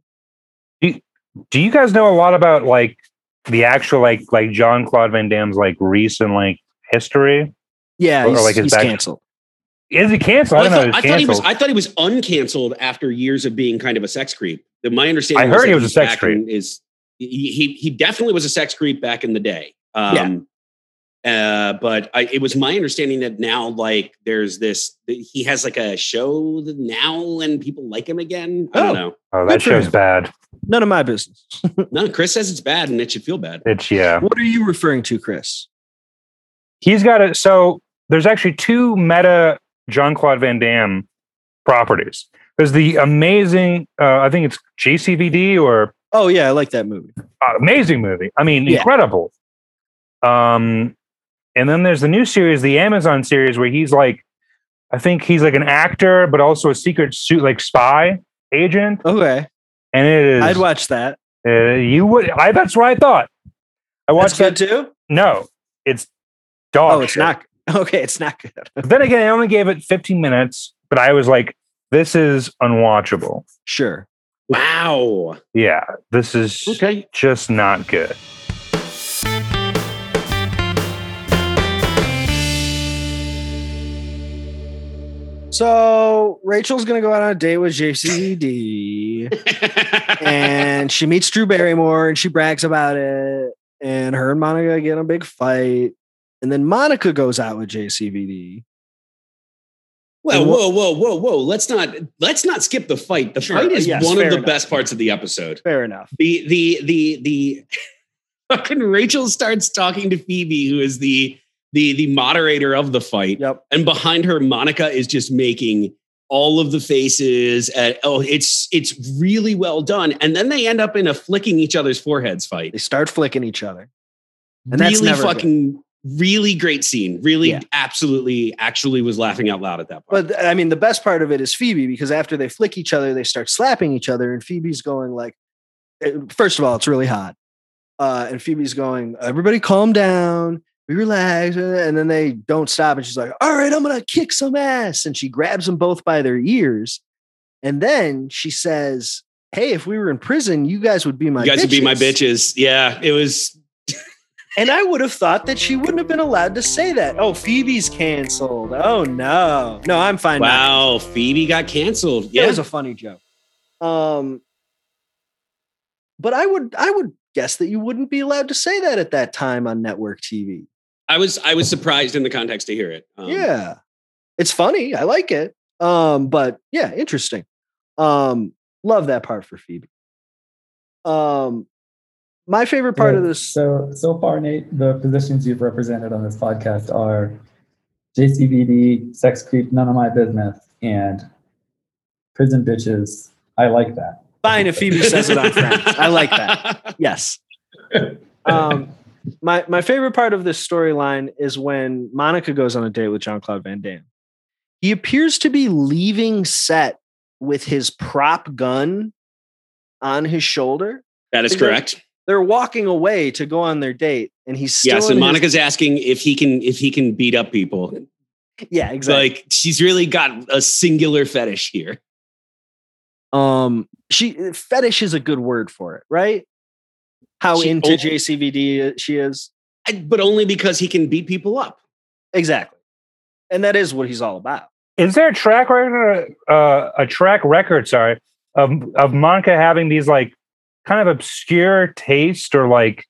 A: him.
C: Do you guys know a lot about like the actual like like John Claude Van Damme's like recent like history?
A: Yeah,
C: Or,
A: he's,
C: like, his
A: he's
C: back-
A: canceled.
C: Is he canceled? I
B: Well,
C: don't know.
B: I, thought, I thought
C: He's
B: he was.
C: canceled.
B: I thought he was uncanceled after years of being kind of a sex creep. The- my understanding.
C: I heard
B: that
C: he was a
B: he's
C: sex
B: back
C: creep.
B: in- Is he, he? He definitely was a sex creep back in the day. Um, Uh, but I, it was my understanding that now, like, there's this. He has like a show that now, and people like him again. I don't
C: oh,
A: Good
C: that
A: for
C: show's
A: him.
C: bad.
A: None of my business.
B: know. No, Chris says it's bad, and it should feel bad.
C: It's yeah.
A: what are you referring to, Chris?
C: He's got a so there's actually two meta John Claude Van Damme properties. There's the amazing, uh, I think it's JCVD or
A: Oh yeah, I like that movie.
C: uh, amazing movie. I mean,
A: Yeah.
C: incredible. Um, and then there's the new series, the Amazon series, where he's like, I think he's like an actor, but also a secret suit, like spy agent.
A: Okay,
C: And it is-
A: I'd watch that.
C: uh, you would. I that's what I thought. I
A: What's
C: watched
A: good
C: that.
A: too.
C: No, it's
A: Oh,
C: dog.
A: it's
C: shit.
A: not. Okay, it's not good.
C: But then again, I only gave it 15 minutes, but I was like, this is unwatchable.
A: Sure.
B: Wow.
C: Yeah, this is
B: Okay.
C: just not good.
A: So Rachel's gonna go out on a date with JCD. and she meets Drew Barrymore and she brags about it. And her and Monica get in a big fight. And then Monica goes out with E JCVD.
B: Well,
A: And wha-
B: whoa, whoa, whoa, whoa! Let's not let's not skip the fight. The
A: Sure,
B: fight is
A: yes,
B: one of
A: fair
B: the
A: enough.
B: best parts of the episode.
A: Fair enough.
B: The the the the fucking Rachel starts talking to Phoebe, who is the the the moderator of the fight,
A: Yep.
B: and behind her, Monica is just making all of the faces. At, oh, it's it's really well done, and then they end up in a flicking each other's foreheads fight.
A: They start flicking each other. And that's
B: really
A: never good.
B: fucking really great scene. Really,
A: Yeah.
B: absolutely, actually was laughing out loud at that part.
A: But I mean, the best part of it is Phoebe because after they flick each other, they start slapping each other. And Phoebe's going, like, eh, first of all, it's really hot. Uh, and Phoebe's going, everybody calm down. We relax. And then they don't stop. And she's like, all right, I'm going to kick some ass. And she grabs them both by their ears. And then she says, hey, if we were in prison, you guys would be my
B: you guys would be my bitches. Yeah, it was
A: And I would have thought that she wouldn't have been allowed to say that. Oh, Phoebe's canceled. Oh, no. No, I'm fine. now.
B: Wow, Phoebe got canceled.
A: It
B: Yeah.
A: was a funny joke. Um, but I would I would guess that you wouldn't be allowed to say that at that time on network TV.
B: I was I was surprised in the context to hear it. Um,
A: yeah. It's funny. I like it. Um, but yeah, interesting. Um, love that part for Phoebe. Um, my favorite part of
D: Right.
A: this.
D: So so far, Nate, the positions you've represented on this podcast are JCVD, sex creep, none of my business, and prison bitches. I like that.
A: Fine if Phoebe says it on Friends. I like that. Yes. Um, my my favorite part of this storyline is when Monica goes on a date with Jean Claude Van Damme. He appears to be leaving set with his prop gun on his shoulder.
B: That is correct.
A: They're walking away to go on their date, and he's still
B: Yes,
A: in
B: and
A: his-
B: Monica's asking if he can if he can beat up people.
A: yeah,
B: It's
A: exactly.
B: Like she's really got a singular fetish here.
A: um she fetish is a good word for it right how
B: She
A: into
B: owns-
A: jcvd she is
B: I- but only because he can beat people up.
A: exactly and that is what he's all about
C: Is there a track record? Uh, a track record, sorry, of of Monica having these like kind of obscure taste or like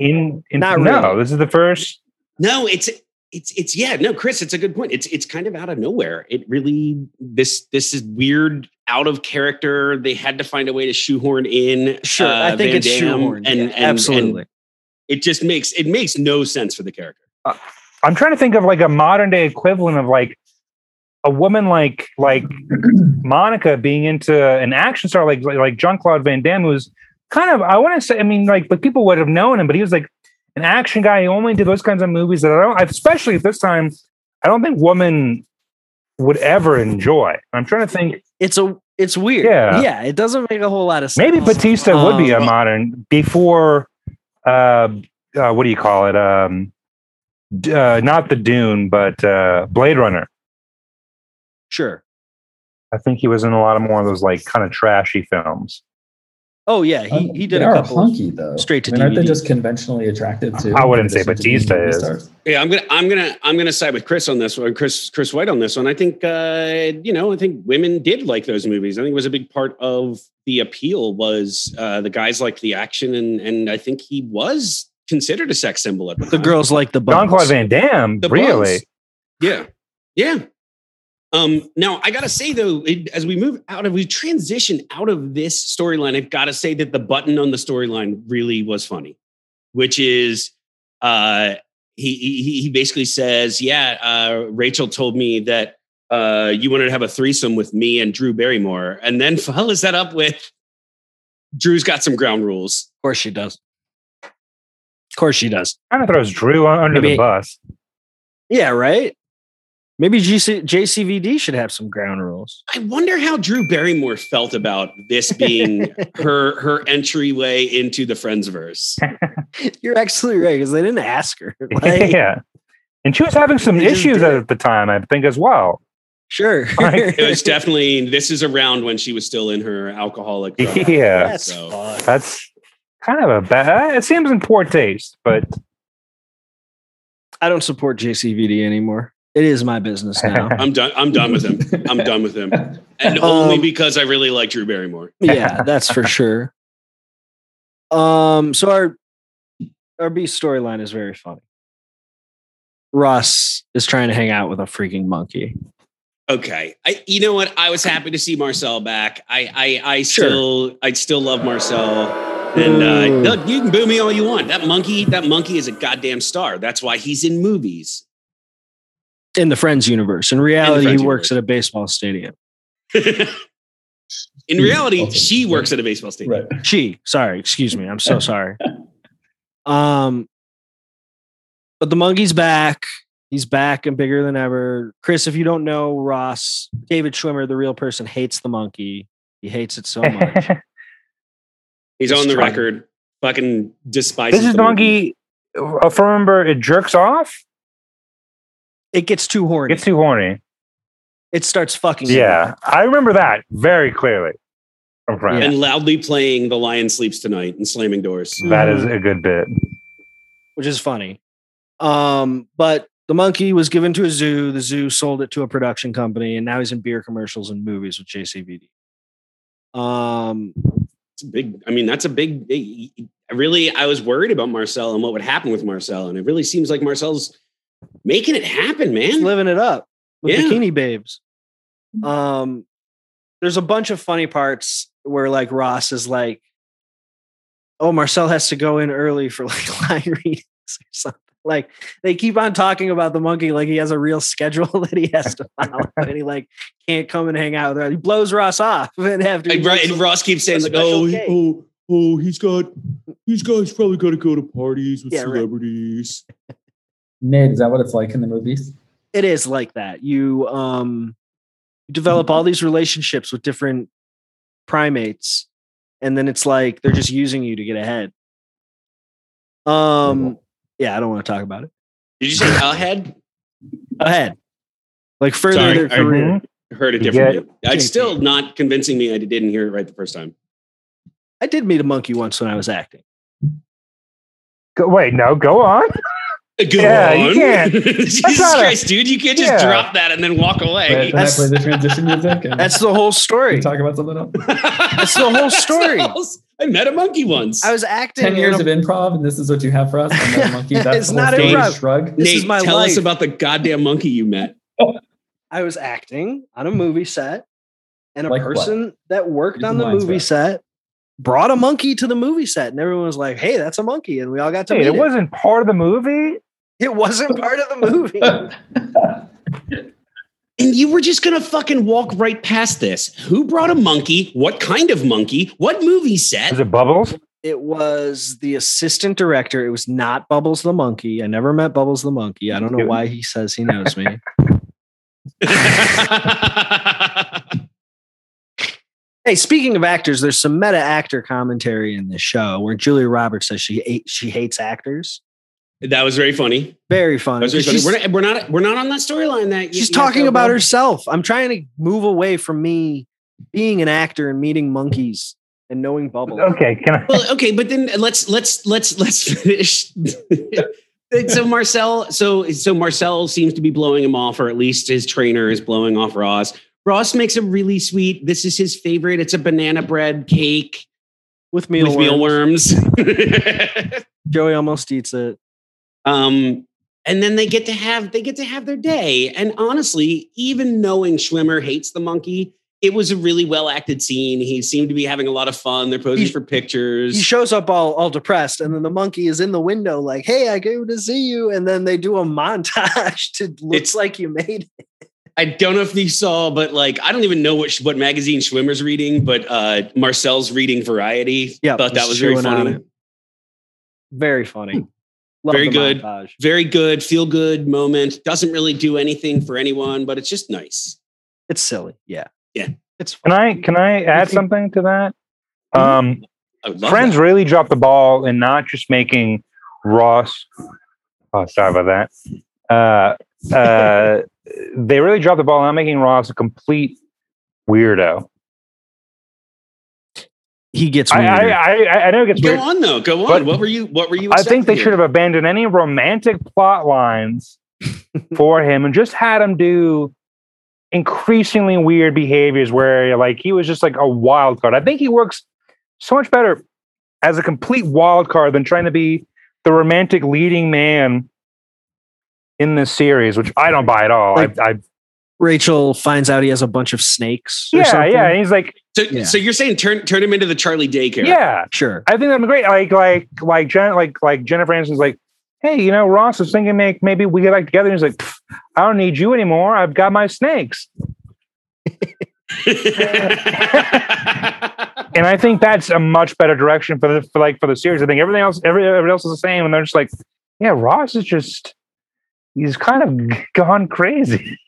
C: in, in
A: Not
C: no.
A: really.
C: This is the first.
B: No, it's it's it's yeah, no, Chris, it's a good point. It's it's kind of out of nowhere. It really this this is weird, out of character. They had to find a way to shoehorn in.
A: sure
B: uh,
A: i think
B: Van
A: it's
B: Damme,
A: shoehorned
B: and,
A: yeah,
B: and- and
A: absolutely
B: it just makes it makes no sense for the character.
C: I'm trying to think of like a modern day equivalent of like a woman like like Monica being into an action star like like, like Jean Claude Van Damme who's kind of I want to say I mean like but people would have known him but he was like an action guy he only did those kinds of movies that I don't especially at this time I don't think women would ever enjoy. I'm trying to think
A: it's a it's weird
C: Yeah.
A: yeah it doesn't make a whole lot of sense
C: maybe Batista would be a
A: Um,
C: modern before uh, uh what do you call it um d- uh, not the Dune but uh Blade Runner
A: sure
C: I think he was in a lot of more of those like kind of trashy films.
A: oh yeah he,
D: Um,
A: he did
D: they
A: a
D: are
A: couple of-
D: hunky though.
A: straight to
D: I mean, Aren't they
A: DVD.
D: just conventionally attractive too?
C: I wouldn't say
D: In addition
C: Batista
D: to being movie
C: is.
D: stars?
B: Yeah, I'm gonna I'm gonna I'm gonna side with Chris on this one, Chris Chris White on this one. I think uh, you know, I think women did like those movies. I think it was a big part of the appeal was uh, the guys liked the action and and I think he was considered a sex symbol at the,
A: the
B: time.
A: girls like the
C: Don Claude
A: buns.
C: Van Damme,
B: The
C: Um, really?
B: buns. Yeah. Yeah. Um, now I gotta say though, it, as we move out of we transition out of this storyline, I've gotta say that the button on the storyline really was funny, which is uh he he he basically says, Yeah, uh Rachel told me that uh you wanted to have a threesome with me and Drew Barrymore, and then follows that up with Drew's got some ground rules.
A: of course she does of course she does
C: Kind of throws Drew un- under
A: Maybe-
C: the bus.
A: yeah right maybe GC, jcvd should have some ground rules
B: I wonder how Drew Barrymore felt about this being her her entryway into the Friendsverse.
A: You're absolutely right because they didn't ask her. Like,
C: yeah. And she was having some
A: They just
C: issues
A: did it.
C: at the time, I think, as well.
A: Sure.
C: Like,
B: It was definitely this is around when she was still in her alcoholic. drug habit,
C: Yeah.
A: That's
B: so
A: fucked.
C: That's kind of a bad. It seems in poor taste, but
A: I don't support JCVD anymore. It is my business now.
B: I'm done. I'm done with him. I'm done with him, and
A: Um,
B: only because I really like Drew Barrymore.
A: yeah, that's for sure. Um, so our our B storyline is very funny. Russ is trying to hang out with a freaking monkey.
B: Okay, I, you know what? I was happy to see Marcel back. I I, I
A: Sure.
B: still I still love Marcel. And uh,
A: Ooh.
B: look, you can boo me all you want. That monkey, that monkey is a goddamn star. That's why he's in movies.
A: in the Friends universe. In reality,
B: Friends
A: he works
B: universe.
A: at a baseball stadium.
B: in reality, she works at a baseball stadium.
D: Right.
A: She, sorry, excuse me. I'm so sorry. Um, but the monkey's back. He's back and bigger than ever. Chris, if you don't know Ross, David Schwimmer, the real person, hates the monkey. He hates it so much.
B: He's
A: It's
B: on the
A: true.
B: record. Fucking despises.
C: this is the monkey. If I remember, it jerks off.
A: it gets too horny.
C: Gets too horny.
A: it starts fucking.
C: Yeah, I remember that very clearly. From Friends.
B: and loudly playing "The Lion Sleeps Tonight" and slamming doors.
C: That is
A: Mm-hmm.
C: a good bit.
A: which is funny. Um, but the monkey was given to a zoo. The zoo sold it to a production company, and now he's in beer commercials and movies with JCVD. Um,
B: It's a big. I mean, that's a big. eh, Really, I was worried about Marcel and what would happen with Marcel, and it really seems like Marcel's making it happen,
A: He's
B: man.
A: living it up with
B: Yeah.
A: bikini babes. Um, there's a bunch of funny parts where like Ross is like, "Oh, Marcel has to go in early for like line readings or something." Like they keep on talking about the monkey like he has a real schedule that he has to follow, and he like can't come and hang out with her. He blows Ross off, and after he
B: And, Ro-
A: makes
B: and Ross keeps saying
A: a
B: like,
A: special
B: "Oh, he-
A: cake.
B: oh, oh, he's got, he's got, he's probably got to go to parties with
A: Yeah, right.
B: celebrities."
D: Ned, is that what it's like in the movies?
A: it is like that. You um you develop
D: Mm-hmm.
A: all these relationships with different primates, and then it's like they're just using you to get ahead. Um yeah, I don't want to talk about it.
B: Did you say ahead?
A: Ahead. Like further
B: Sorry,
A: their
B: I-
C: Mm-hmm.
A: career.
B: Heard it
C: You
B: differently. It's
A: JP.
B: still not convincing me. I didn't hear it right the first time.
A: I did meet a monkey once when I was acting.
C: Go, wait, no, go on.
B: Go
C: Yeah, you
B: on.
C: can't.
B: Jesus
C: That's not a-
B: Christ, dude! You can't just
C: Yeah.
B: drop that and then walk
D: Right,
B: away.
D: Can I
A: that's-
D: play the transition music? And
A: That's the whole
D: we
A: story.
D: talk about something else.
B: That's
A: the whole story.
B: I met a monkey once.
A: I was acting.
D: Ten
A: in
D: years
A: a-
D: of improv, and this is what you have for us. And then monkey, that's
A: It's
D: the whole
A: not
D: story.
B: improv.
D: Shrug.
A: this
B: Nate,
A: is my
B: tell us
A: life.
B: about the goddamn monkey you met.
A: I was acting on a movie set, and a
D: Like what?
A: person that worked
D: Use
A: on
D: the
A: the
D: lines
A: movie
D: back.
A: set brought a monkey to the movie set, and everyone was like, "Hey, that's a monkey!" And we all got to
C: Dude,
A: meet
C: it
A: it.
C: wasn't part of the movie.
A: It wasn't part of the movie.
B: And you were just gonna fucking walk right past this. Who brought a monkey? What kind of monkey? What movie set?
C: Is it Bubbles?
A: it was the assistant director. It was not Bubbles the monkey. I never met Bubbles the monkey. I don't know why he says he knows me. hey, speaking of actors, there's some meta actor commentary in this show where Julia Roberts says she ate, she hates actors.
B: that was very funny.
A: Very
B: That
A: funny.
B: was very funny.
A: She's,
B: We're, not, we're not we're not on that storyline. That you-
A: she's
B: you
A: talking
B: felt
A: about
B: bad.
A: herself. I'm trying to move away from me being an actor and meeting monkeys and knowing Bubbles.
C: Okay, can I?
B: Well, okay, but then let's let's let's let's finish. so Marcel, so so Marcel seems to be blowing him off, or at least his trainer is blowing off Ross. Ross makes a really sweet. This is his favorite. It's a banana bread cake
A: With mealworms.
B: with mealworms.
A: Joey almost eats it.
B: um, and then they get to have they get to have their day. And honestly, even knowing Schwimmer hates the monkey, it was a really well acted scene. He seemed to be having a lot of fun. They're posing
A: He-
B: for pictures.
A: he shows up all all depressed and then the monkey is in the window like hey i came to see you and then they do a montage to looks
B: It's-
A: like you made it
B: I don't know if you saw, but like I don't even know what what magazine Schwimmer's reading, but uh Marcel's reading Variety.
A: Yeah,
B: thought that
A: he's
B: was very
A: chewing on
B: funny,
A: it. very funny Love
B: Hmm. Very
A: the
B: good.
A: montage.
B: very good, feel good moment. Doesn't really do anything for anyone, but it's just nice.
A: it's silly yeah
B: Yeah.
A: it's fun.
C: Can I? Can I add
A: think-
C: something to that?
B: Mhm.
C: Um,
B: I would love
C: Friends really dropped the ball in not just making Ross. Oh, sorry about that. Uh, uh, they really dropped the ball in not making Ross a complete weirdo.
A: he gets
C: I, I,
A: weirder.
C: I, I- I know it
B: that.
C: gets
B: Go
C: weird.
B: on though, go on.
C: But
B: what were you? What were you?
C: I think they
B: expecting?
C: should have abandoned any romantic plot lines for him and just had him do increasingly weird behaviors where like he was just like a wild card. I think he works so much better as a complete wild card than trying to be the romantic leading man in this series, which I don't buy at all.
A: Like,
C: I, I
A: rachel finds out he has a bunch of snakes or
C: yeah,
A: something.
C: yeah. And he's like,
B: So,
A: Yeah.
B: so you're saying turn turn him into the Charlie Day character?
C: yeah.
A: sure
C: I think that'd be great. Like, like, like, Jen, like, like Jennifer Aniston's like, hey, you know, Ross is thinking make maybe we get back together. And he's like, "Pff, I don't need you anymore. I've got my snakes. And I think that's a much better direction for the for like for the series. I think everything else, every everyone else is the same, and they're just like, yeah, Ross is just he's kind of gone crazy.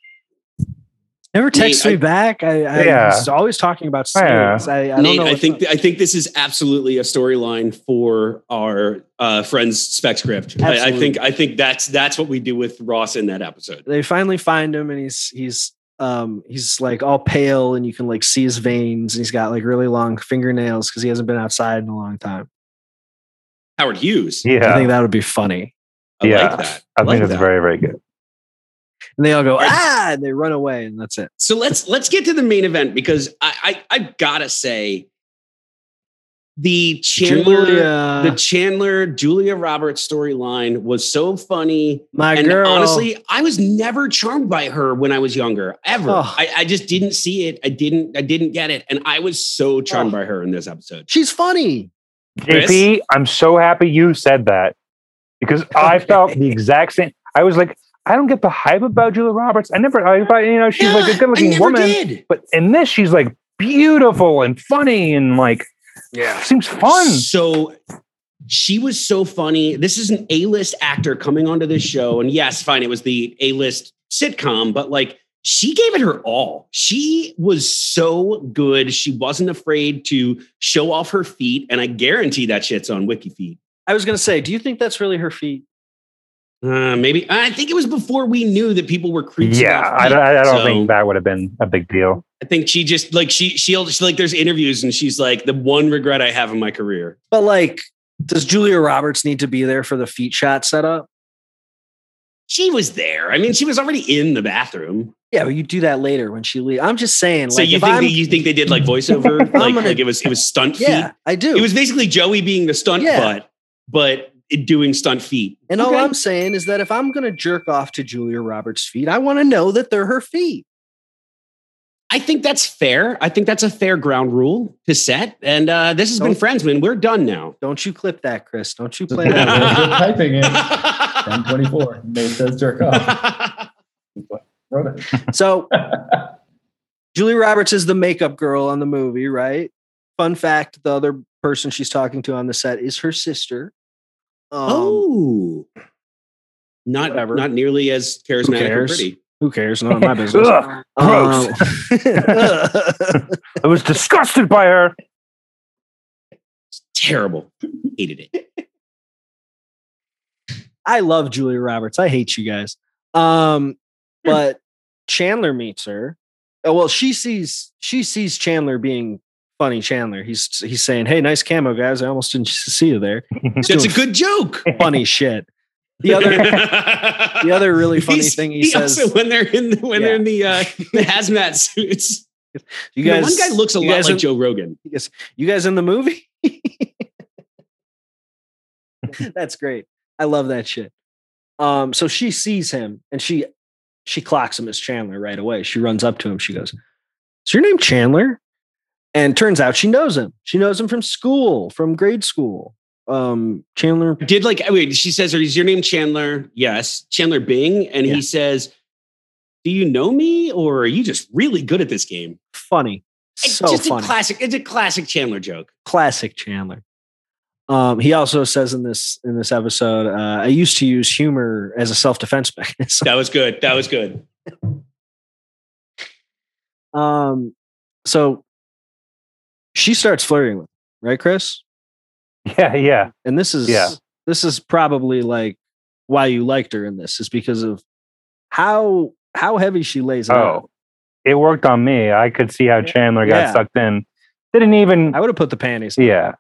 A: never texts
B: Nate,
A: me
B: I-
A: back i, I
C: Yeah.
A: he's always talking about
C: Yeah.
A: snakes i, I don't
B: Nate,
A: know
B: I
A: what's
B: think
A: up.
B: I think this is absolutely a storyline for our uh, friends spec script. I, I
A: Absolutely.
B: think I think that's that's what we do with Ross in that episode.
A: they finally find him and he's he's um he's like all pale and you can like see his veins and he's got like really long fingernails because he hasn't been outside in a long time
B: Howard Hughes.
A: i
C: Yeah,
A: think that would be funny
B: I
C: Yeah.
B: like that.
C: I think
B: like
C: it's
B: that.
C: very very good.
A: and they all go
B: Right.
A: ah and they run away and that's it
B: So let's let's get to the main event because I I, I gotta say, the Chandler,
A: Julia,
B: the Chandler Julia Roberts storyline was so funny.
A: my
B: and
A: girl.
B: honestly, I was never charmed by her when I was younger. Ever,
A: Oh.
B: I, I just didn't see it. I didn't. I didn't get it. And I was so charmed by her in this episode.
A: she's funny.
C: JP, I'm so happy you said that because I felt the exact same. I was like, I don't get the hype about Julia Roberts. I never, I, I- you know, she's
B: Yeah,
C: like a good
B: I
C: looking
B: never
C: woman,
B: did.
C: but in this, she's like beautiful and funny and like,
B: Yeah.
C: seems fun.
B: So she was so funny. This is an A-list actor coming onto this show. And yes, fine, it was the A-list sitcom, but like she gave it her all. She was so good. She wasn't afraid to show off her feet. And I guarantee that shit's on Wiki Feet.
A: I was gonna say, do you think that's really her feet?
B: Uh, maybe I think it was before we knew that people were creeps.
C: Yeah,
B: about
C: I,
B: feet.
C: don't- I don't
B: So-
C: think that would have been a big deal.
B: I think she just like she she'll she, like there's interviews and she's like the one regret I have in my career.
A: But like, does Julia Roberts need to be there for the feet shot setup?
B: She was there. I mean, she was already in the bathroom.
A: Yeah, but you do that later when she leaves. I'm just saying.
B: So
A: like,
B: you
A: if
B: think
A: I'm-
B: that you think they did like voiceover? like,
A: gonna-
B: like it was it was stunt
A: Yeah, I do.
B: feet. It was basically Joey being the stunt
A: Yeah.
B: butt, but it doing stunt feet.
A: and all
B: Okay.
A: I'm saying is that if I'm gonna jerk off to Julia Roberts' feet, I want to know that they're her feet.
B: I think that's fair. I think that's a fair ground rule to set. And uh, this has been
A: Don't-
B: Friendsman. We're done now.
A: Don't you clip that, Chris? Don't you
D: Just
A: play that?
D: because you're typing it. 1024. Nate says jerk off. Wrote it.
A: So Julie Roberts is the makeup girl on the movie, right? Fun fact: the other person she's talking to on the set is her sister. Um,
B: oh, not
A: Whatever.
B: not nearly as charismatic or
A: cares?
B: pretty.
A: who cares? None of my business.
C: Ugh, gross.
A: Um,
C: I was disgusted by her.
B: Terrible. Hated it.
A: I love Julia Roberts. I hate you guys. Um,
B: Hmm.
A: but Chandler meets her. Oh, well, she sees she sees Chandler being funny. Chandler. He's he's saying, "Hey, nice camo, guys. I almost didn't see you there.
B: That's a good joke.
A: Funny shit." The other the other really funny
B: He's-
A: thing he, says,
B: also when they're in the, when they're in the uh, the hazmat suits.
A: "You
B: You know,
A: guys,
B: one guy looks a
A: you
B: lot
A: guys
B: like
A: in-
B: Joe Rogan.
A: he goes, you guys in the movie?" That's great. I love that shit. Um, so she sees him and she she clocks him as Chandler right away. She runs up to him. She goes, "Is your name Chandler?" And turns out she knows him. She knows him from school, from grade school. Um, Chandler.
B: Did like I mean, she says, "Is your name Chandler?" Yes, Chandler Bing, and
A: Yeah.
B: he says, "Do you know me, or are you just really good at this game?"
A: Funny.
B: It's
A: So
B: just
A: funny.
B: a classic. It's a classic Chandler joke.
A: classic Chandler. Um, he also says in this in this episode, uh, I used to use humor as a self defense mechanism.
B: That was good. That was good.
A: Um, so she starts flirting with, him, right, Chris?
C: Yeah, yeah.
A: And this is
C: Yeah.
A: this is probably like why you liked her in this is because of how how heavy she lays it
C: Oh, it worked on me. I could see how Chandler got
A: Yeah.
C: sucked in. Didn't even,
A: on. I would have put the panties. on.
C: yeah,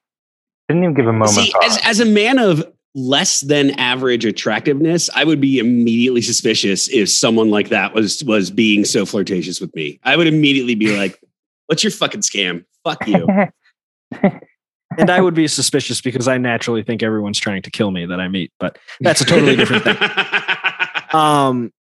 C: didn't even give a moment.
B: See,
C: thought.
B: as, as a man of less than average attractiveness, I would be immediately suspicious if someone like that was was being so flirtatious with me. I would immediately be like, "What's your fucking scam? Fuck you."
A: And I would be suspicious because I naturally think everyone's trying to kill me that I meet, but that's a totally different thing. um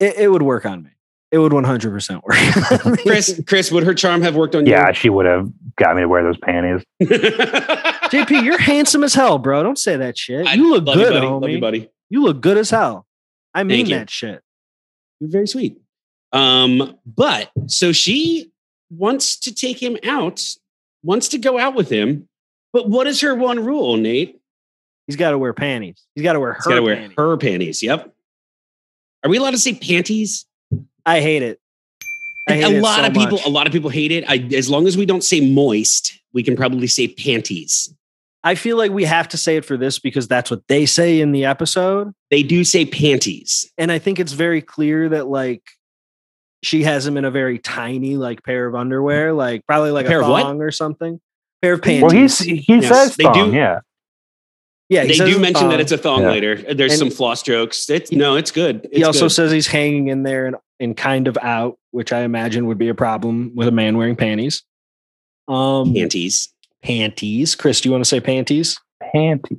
A: it, it would work on me it would 100% work on me.
B: Chris, Chris, would her charm have worked on
C: yeah, she would have got me to wear those panties.
B: you?
A: jp you're handsome as hell bro don't say that shit
B: I
A: you look
B: love you,
A: good
B: buddy.
A: homie.
B: Love you, buddy.
A: you look good as hell i mean
B: Thank you.
A: that shit
B: You're very sweet. Um, but so she wants to take him out, wants to go out with him. But what is her one rule, Nate?
A: he's got to wear panties he's got to wear
B: He's
A: her
B: gotta wear
A: panties.
B: her panties. Yep. Are we allowed to say panties?
A: i hate it I hate
B: a
A: it
B: lot
A: so
B: of people,
A: much.
B: a lot of people hate it. I, as long as we don't say moist, we can probably say panties.
A: i feel like we have to say it for this because that's what they say in the episode
B: They do say panties.
A: and i think it's very clear that like she has him in a very tiny like pair of underwear like probably like a,
B: pair of what?
A: thong or something pair of panties
C: Well, he's, he
B: Yes,
C: says
B: they do.
C: thong, yeah.
A: yeah he
B: they
A: says
B: do
A: a
B: mention
A: thong.
B: that it's a thong
C: Yeah.
B: later. There's
A: And-
B: some floss jokes. It's, no, it's good.
A: he
B: It's
A: also
B: good.
A: says he's hanging in there and, and kind of out, which I imagine would be a problem with a man wearing panties. Um,
B: panties.
A: panties. Chris, do you want to say panties?
C: Panties.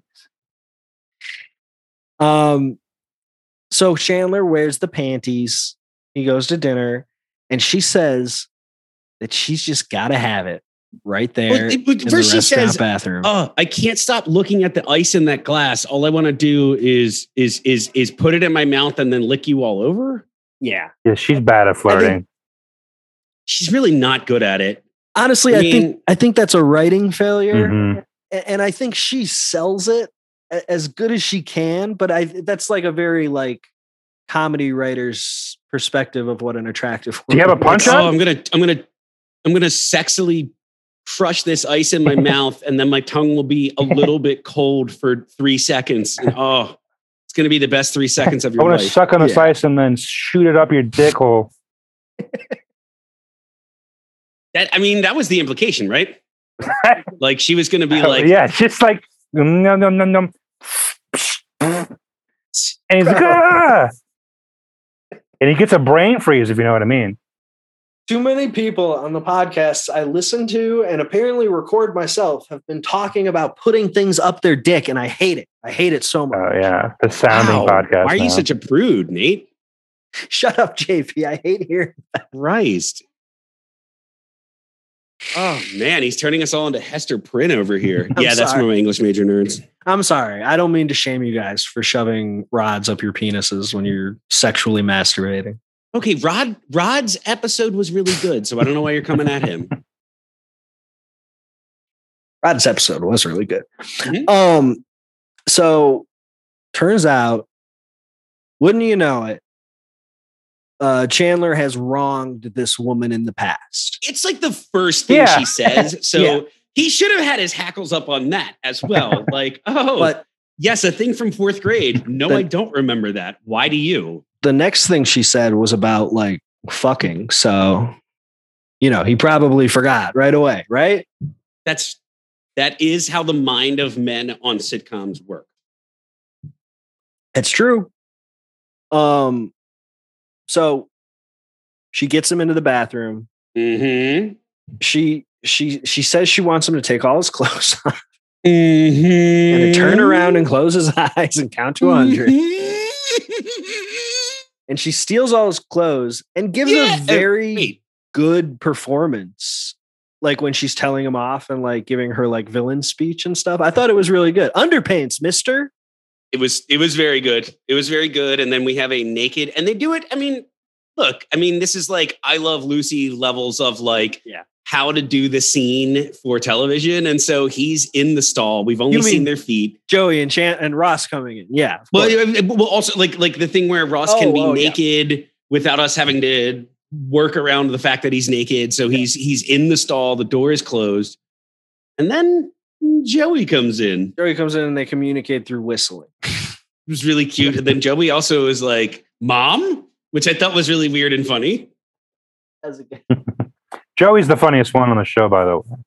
A: Um, so Chandler wears the panties. He goes to dinner, and she says that she's just got to have it right there
B: Well, it- but
A: in
B: first
A: the
B: she
A: restaurant
B: says,
A: bathroom.
B: "Oh, I can't stop looking at the ice in that glass. All I want to do is is is is put it in my mouth and then lick you all over."
A: yeah,
C: Yeah, she's bad at flirting.
B: She's really not good at it.
A: honestly, I,
B: I
A: think
B: mean-
A: I think that's a writing failure,
C: Mhm.
A: A- and I think she sells it a- as good as she can. But I that's like a very like comedy writer's perspective of what an attractive.
C: Do you have a
A: woman looks
C: punch-up?
B: Oh, I'm gonna I'm gonna I'm gonna sexily crush this ice in my mouth, and then my tongue will be a little bit cold for three seconds. And, oh, it's gonna be the best three seconds of
C: I
B: your
C: want to
B: life.
C: suck on a
A: Yeah.
C: slice and then shoot it up your dick hole.
B: That I mean, that was the implication, right? Like she was gonna be like,
C: yeah, it's just like no, no, no, no. And he's like, ah! and he gets a brain freeze if you know what I mean.
A: Too many people on the podcasts I listen to and apparently record myself have been talking about putting things up their dick, and I hate it. I hate it so much.
C: Oh yeah, the sounding
B: "Wow,
C: podcast.
B: Why are you
C: now.
B: such a prude, Nate?
A: Shut up, JP. I hate hearing.
B: Christ. Oh man, he's turning us all into Hester Prynne over here.
A: I'm
B: yeah, that's
A: sorry.
B: one of my English major nerds.
A: I'm sorry. I don't mean to shame you guys for shoving rods up your penises when you're sexually masturbating.
B: Okay, Rod Rod's episode was really good, so I don't know why you're coming at him.
A: Rod's episode was really good.
B: Mhm.
A: Um, so turns out, wouldn't you know it? Uh, Chandler has wronged this woman in the past.
B: It's like the first thing
C: Yeah.
B: she says. So
A: Yeah.
B: he should have had his hackles up on that as well. Like, oh,
A: But
B: yes, a thing from fourth grade. No,
A: But-
B: I don't remember that. Why do you?
A: the next thing she said was about like fucking. So, you know, he probably forgot right away, right?
B: That's that is how the mind of men on sitcoms work.
A: It's true. Um, so she gets him into the bathroom.
B: Mm-hmm.
A: She she she says she wants him to take all his clothes off
B: Mm-hmm.
A: and to turn around and close his eyes and count to 100.
B: Mm-hmm.
A: And she steals all his clothes and gives
B: Yeah,
A: a
B: and
A: very
B: Wait,
A: good performance. Like when she's telling him off and like giving her like villain speech and stuff. I thought it was really good. Underpants, mister.
B: it was it was very good. It was very good. And then we have a naked, and they do it. I mean, look, I mean, this is like I Love Lucy levels of like
A: Yeah.
B: how to do the scene for television. And so he's in the stall. We've only
A: You mean-
B: seen their feet.
A: Joey and Chan and Ross coming in. Yeah. of
B: Well,
A: course.
B: I- I- well, also like like the thing where Ross
A: Oh,
B: can be
A: oh, yeah.
B: naked without us having to work around the fact that he's naked. So he's he's in the stall. The door is closed, and then Joey comes in.
A: Joey comes in and they communicate through whistling.
B: It was really cute. And then Joey also is like, Mom, which I thought was really weird and funny.
A: As again.
C: Joey's the funniest one on the show, by the way.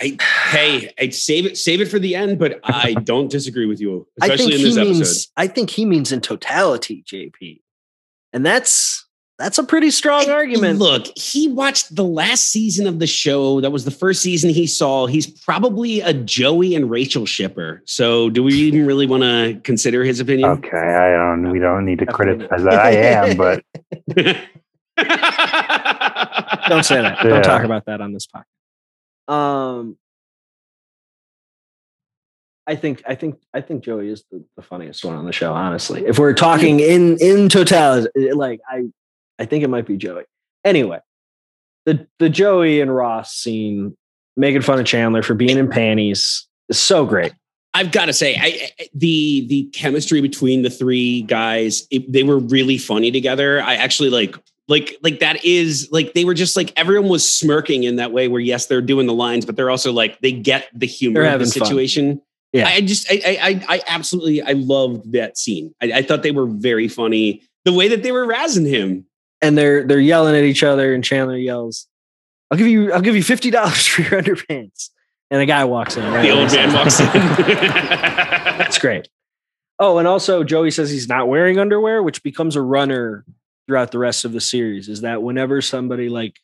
B: Hey, I'd save it, save it for the end, but I don't disagree with you,
A: I think
B: especially in
A: he
B: this
A: means
B: episode.
A: I think he means in totality, JP. And that's that's a pretty strong
B: And
A: argument.
B: Look, he watched the last season of the show. That was the first season he saw. He's probably a Joey and Rachel shipper. So, do we even really want to consider his opinion?
C: Okay, I don't. We don't need to
A: Definitely
C: criticize that. I am, but
A: Don't say that.
C: Yeah.
A: Don't talk about that on this podcast. Um I think I think I think Joey is the, the funniest one on the show, honestly. If we're talking in in totality, like I I think it might be Joey. Anyway, the the Joey and Ross scene making fun of Chandler for being in panties is so great.
B: I've got to say, I, I- the the chemistry between the three guys, it, they were really funny together. I actually like like like that is like they were just like everyone was smirking in that way where yes they're doing the lines but they're also like they get the humor
A: They're
B: of the
A: having fun.
B: situation
A: Yeah.
B: i I just I, I I- i absolutely i loved that scene I, I thought they were very funny the way that they were razzing him
A: And they're they're yelling at each other, and Chandler yells, "I'll give you I'll give you fifty dollars for your underpants." And the guy walks in. right
B: the
A: away.
B: old man walks in
A: That's great. Oh, and also Joey says he's not wearing underwear, which becomes a runner throughout the rest of the series. Is that whenever somebody like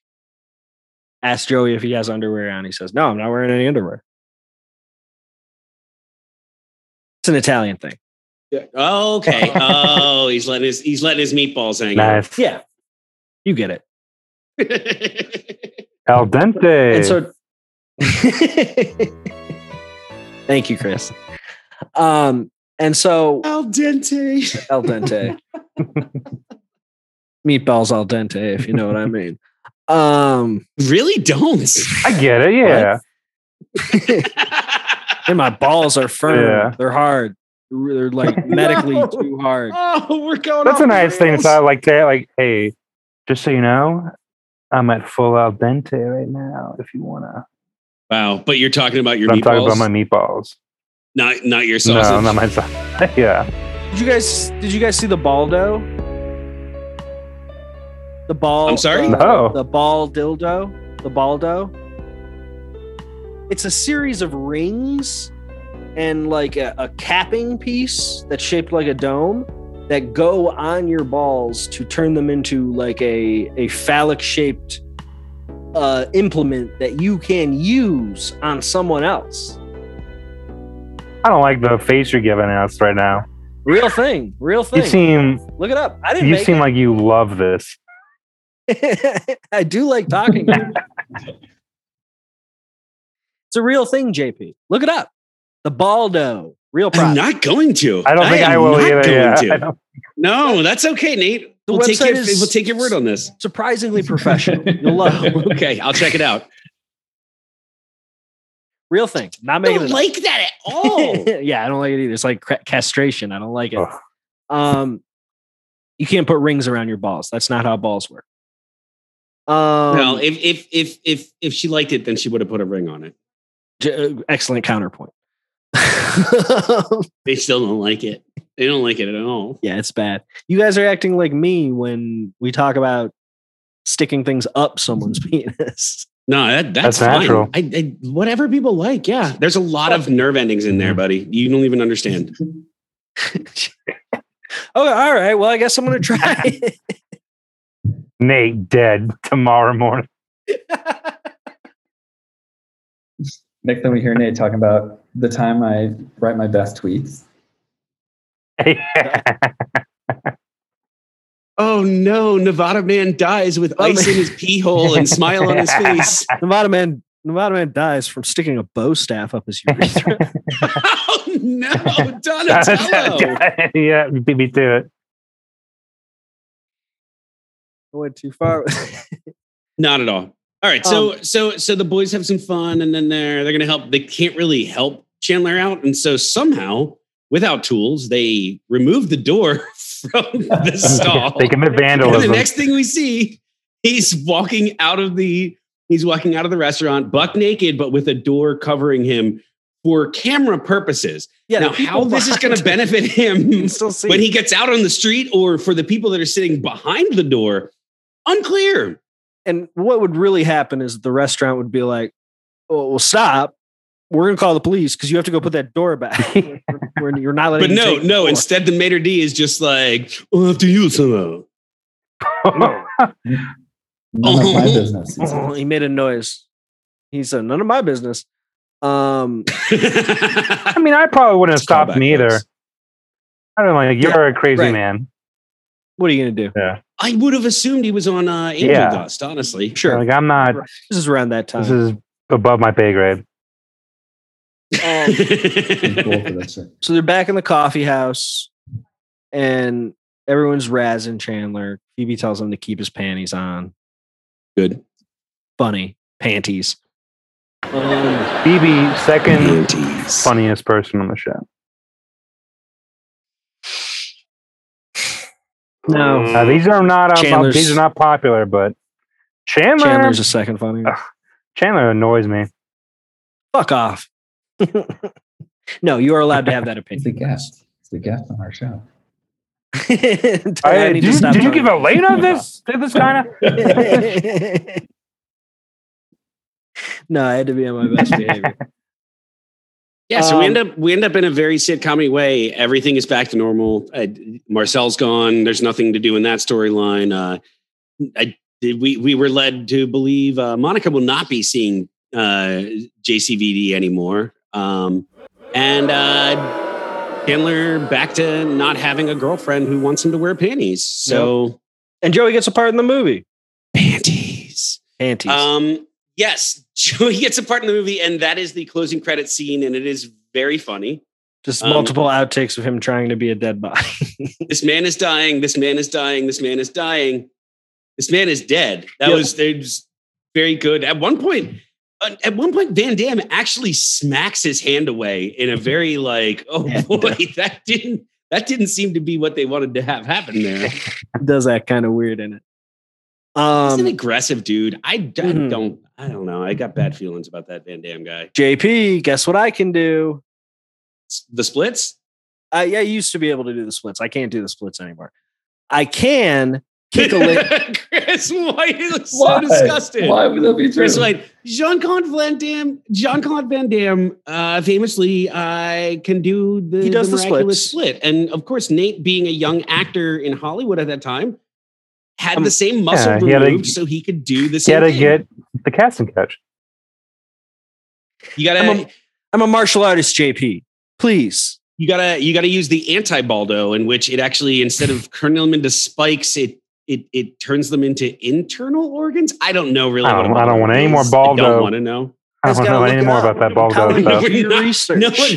A: Ask Joey if he has underwear on. He says, No, I'm not wearing any underwear. It's an Italian thing.
B: Oh, okay. oh, he's letting his he's letting his meatballs hang out.
C: Nice.
A: Yeah. You get it.
C: Al dente.
A: And so Thank you, Chris. Um, and so
B: Al dente.
A: al dente. Meatballs al dente, if you know what I mean. Um,
B: Really don't.
C: I get it. Yeah.
A: and my balls are firm.
C: Yeah.
A: They're hard. They're they're, like medically
B: No.
A: too hard.
B: oh, we're going.
C: That's
B: off
C: a
B: the
C: nice thing to
B: rails.
C: say. Like, that. like, hey, just so you know, I'm at full al dente right now. If you wanna,
B: Wow, but you're talking about your
C: I'm
B: meatballs,
C: talking about my meatballs.
B: not not your sausage.
C: No, not my sausage. yeah.
A: Did you guys did you guys see the baldo? The ball
B: I'm sorry?
A: the-
C: No.
A: the ball dildo, the baldo. It's a series of rings and like a, a capping piece that's shaped like a dome that go on your balls to turn them into like a a phallic shaped uh, implement that you can use on someone else.
C: I don't like the face you're giving us right now.
A: Real thing, real thing.
C: You seem
A: Look it up. I didn't.
C: you
A: make
C: seem
A: it.
C: like you love this.
A: I do like talking. it's a real thing, JP. Look it up. The Baldo, real
B: I'm
A: product.
B: not going to.
C: I don't think
B: am
C: I will
B: not
C: either.
B: Going
C: Yeah. I
B: to.
C: don't-
B: No, that's okay, Nate.
A: The
B: We'll take,
A: website
B: your,
A: is-
B: we'll take your word on this.
A: Surprisingly professional. You'll love. it.
B: Okay, I'll check it out.
A: Real thing. Not
B: I
A: making
B: don't
A: it. up.
B: like that at all.
A: yeah, I don't like it either. It's like cra- castration. I don't like it.
C: Ugh.
A: Um, you can't put rings around your balls. That's not how balls work. Um,
B: well, if if if if if she liked it, then she would have put a ring on it.
A: j- uh, excellent counterpoint.
B: They still don't like it. They don't like it at all.
A: Yeah, it's bad. You guys are acting like me when we talk about sticking things up someone's penis.
B: No, that, that's,
C: That's
B: fine.
C: natural.
B: I, I, whatever people like. Yeah, there's a lot of nerve endings in
C: Mm.
B: there, buddy. You don't even understand.
A: Oh, all right. Well, I guess I'm gonna try. it.
C: Nate dead tomorrow morning.
D: Next time we hear Nate talking about the time I write my best tweets.
B: Oh no, Nevada man dies with
A: Oh,
B: ice
A: man.
B: in his pee hole and smile on his face.
A: Nevada man, Nevada man dies from sticking a bow staff up his urethra.
B: oh no, Donatello.
C: yeah, beat me to it.
A: I went too far.
B: Not at all. All right, so
A: Um,
B: so so the boys have some fun, and then they're they're gonna help. They can't really help Chandler out, and so somehow, without tools, they remove the door from the stall.
C: They commit
B: and the
C: vandalism.
B: next thing we see, he's walking out of the he's walking out of the restaurant, buck naked, but with a door covering him for camera purposes.
A: yeah.
B: now, how this is going to benefit him
A: You still see
B: when
A: it.
B: he gets out on the street or for the people that are sitting behind the door unclear
A: and what would really happen is the restaurant would be like, "Oh, well, stop. We're gonna call the police because you have to go put that door back. We're- we're- you're not letting."
B: but
A: you
B: no
A: take the
B: no
A: door."
B: instead the maitre d is just like we'll have to use somehow
D: None of my business.
C: Mm-hmm.
D: he
A: Oh,
D: said.
A: he made a noise. He said, "None of my business." Um,
C: I mean, I probably wouldn't have stopped me either. I don't know. Like, you're a crazy
B: right.
C: man.
A: what are you gonna do?
B: i would have assumed he was on uh, angel
C: Yeah.
B: dust honestly
A: Sure,
C: Like, I'm not.
A: this is around that time.
C: This is above my pay grade.
A: Um,
D: I'm cool for that shit.
A: so they're back in the coffee house, and everyone's razzing Chandler. Phoebe tells him to keep his panties on.
B: good
A: Funny panties. Um,
C: Phoebe, second
B: Panties.
C: funniest person on the show.
A: no,
C: Now, these are not. Um,
A: Chandler's-
C: these are not popular, but Chandler.
A: Chandler's a second funny.
C: Ugh. Chandler annoys me.
A: Fuck off. no, you are allowed to have that
D: It's
A: opinion.
D: the guest. It's the guest on our show.
A: Did
C: I- did you, did you give a lane on this? Did this
A: Mm.
C: kind of?
A: no, I had to be on my best behavior.
B: Yeah, so we
A: Um,
B: end up we end up in a very sitcom way. Everything is back to normal. Uh, Marcel's gone. There's nothing to do in that storyline. Uh, I did we we were led to believe uh, Monica will not be seeing uh, JCVD anymore, um, and uh, Chandler back to not having a girlfriend who wants him to wear panties. So
E: And Joey gets a part in the movie.
B: panties.
A: Panties.
B: Um, yes, Joey gets a part in the movie, and that is the closing credit scene, and it is very funny.
A: Just
B: um,
A: multiple outtakes of him trying to be a dead body.
B: This man is dying. This man is dying. This man is dying. This man is dead. That
E: Yeah.
B: was there's very good. At one point, uh, at one point, Van Damme actually smacks his hand away in a very like, oh
A: Yeah.
B: boy, that didn't that didn't seem to be what they wanted to have happen there.
A: Does that kind of weird in it.
B: He's an
A: Um,
B: aggressive dude. I, d- I
A: Mhm.
B: don't I don't know. I got bad feelings about that Van Damme guy.
A: JP, guess what I can do?
B: S- The splits.
A: I, I used to be able to do the splits. I can't do the splits anymore. I can kick a lady.
B: Chris White is so
D: Why?
B: disgusted.
D: Why would that be true?
B: Chris White, Jean Claude Van Damme, Jean Claude Van Damme, uh, famously uh, can do the,
A: He does the
B: miraculous
A: splits.
B: split, and of course, Nate, being a young actor in Hollywood at that time, had
A: Um,
B: the same muscle
C: yeah, he had a-
B: removed, so he could do the same.
C: Gotta
B: thing.
C: get the casting couch.
B: you gotta
C: um,
A: I'm a- I'm a martial artist, JP. Please.
B: you gotta you gotta use the anti Baldo, in which it actually instead of turning them into spikes, it it it turns them into internal organs. I don't know really.
C: I don't-
B: what a
C: I don't want any more
B: is. I
C: Baldo.
B: don't want to know.
C: I don't
A: Guys
C: know
A: gotta look
C: any
A: it
C: more
A: up.
C: about that
A: We're
C: Baldo
A: telling you,
C: stuff.
A: do your
B: No,
A: research.
B: No one,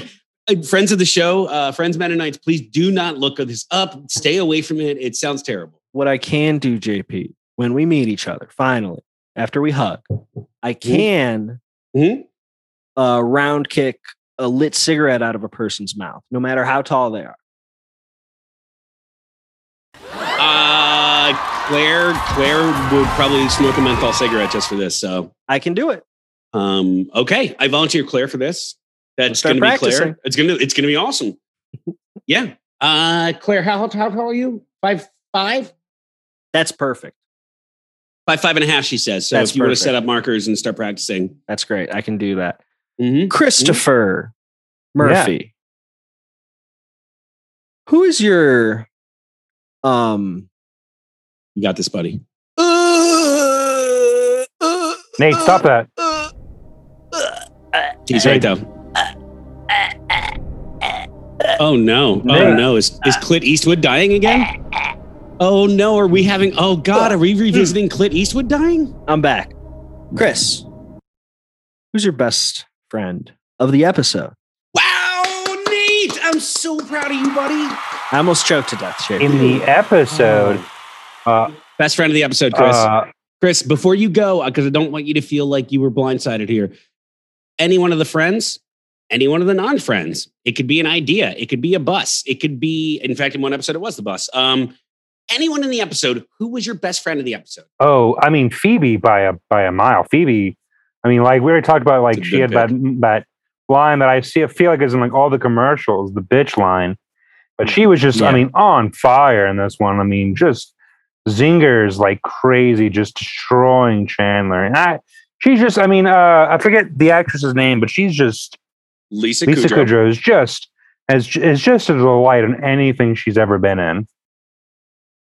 B: uh, friends of the show, uh, friends Mennonites, please do not look this up. Stay away from it. It sounds terrible.
A: what I can do, JP, when we meet each other, finally, after we hug, I can
B: Mhm.
A: uh, round kick a lit cigarette out of a person's mouth, no matter how tall they are.
B: Uh, Claire, Claire would probably smoke a menthol cigarette just for this. So,
A: I can do it.
B: um, okay, I volunteer Claire for this. That's
A: start
B: going to be
A: practicing.
B: Claire. It's going to it's going to be awesome. yeah, uh, Claire, how how tall are you? Five five.
A: That's perfect.
B: By five and a half, she says. So
A: That's
B: if you want to
A: perfect.
B: set up markers and start practicing,
A: That's great. I can do that.
B: Mhm.
A: Christopher Murphy. Who is your um
B: you got this, buddy.
C: Nate, stop that.
B: He's right though. Oh no! Oh
C: Nate.
B: no! Is is Clint Eastwood dying again? Oh no! Are we having? Oh God! Are we revisiting Clint Eastwood dying?
A: I'm back. Chris, who's your best friend of the episode?
B: Wow, Nate! I'm so proud of you, buddy.
A: I almost choked to death, Shane.
C: In the episode, uh,
B: Best friend of the episode, Chris.
C: uh,
B: Chris, before you go, because I don't want you to feel like you were blindsided here. Any one of the friends, any one of the non-friends. It could be an idea. It could be a bus. It could be, in fact, in one episode, it was the bus. Um, anyone in the episode, who was your best friend of the episode?
C: Oh, I mean Phoebe by a by a mile. Phoebe, I mean like we already talked about
B: It's
C: like
B: a
C: she had
B: good
C: that that line that I see I feel like is in like all the commercials, the bitch line. But she was just I
A: Yeah.
C: mean on fire in this one. I mean just zingers like crazy, just destroying Chandler. And I she's just I mean uh I forget the actress's name, but she's just
B: Lisa,
C: Lisa
B: Kudrow.
C: Kudrow is just as is just a delight in anything she's ever been in.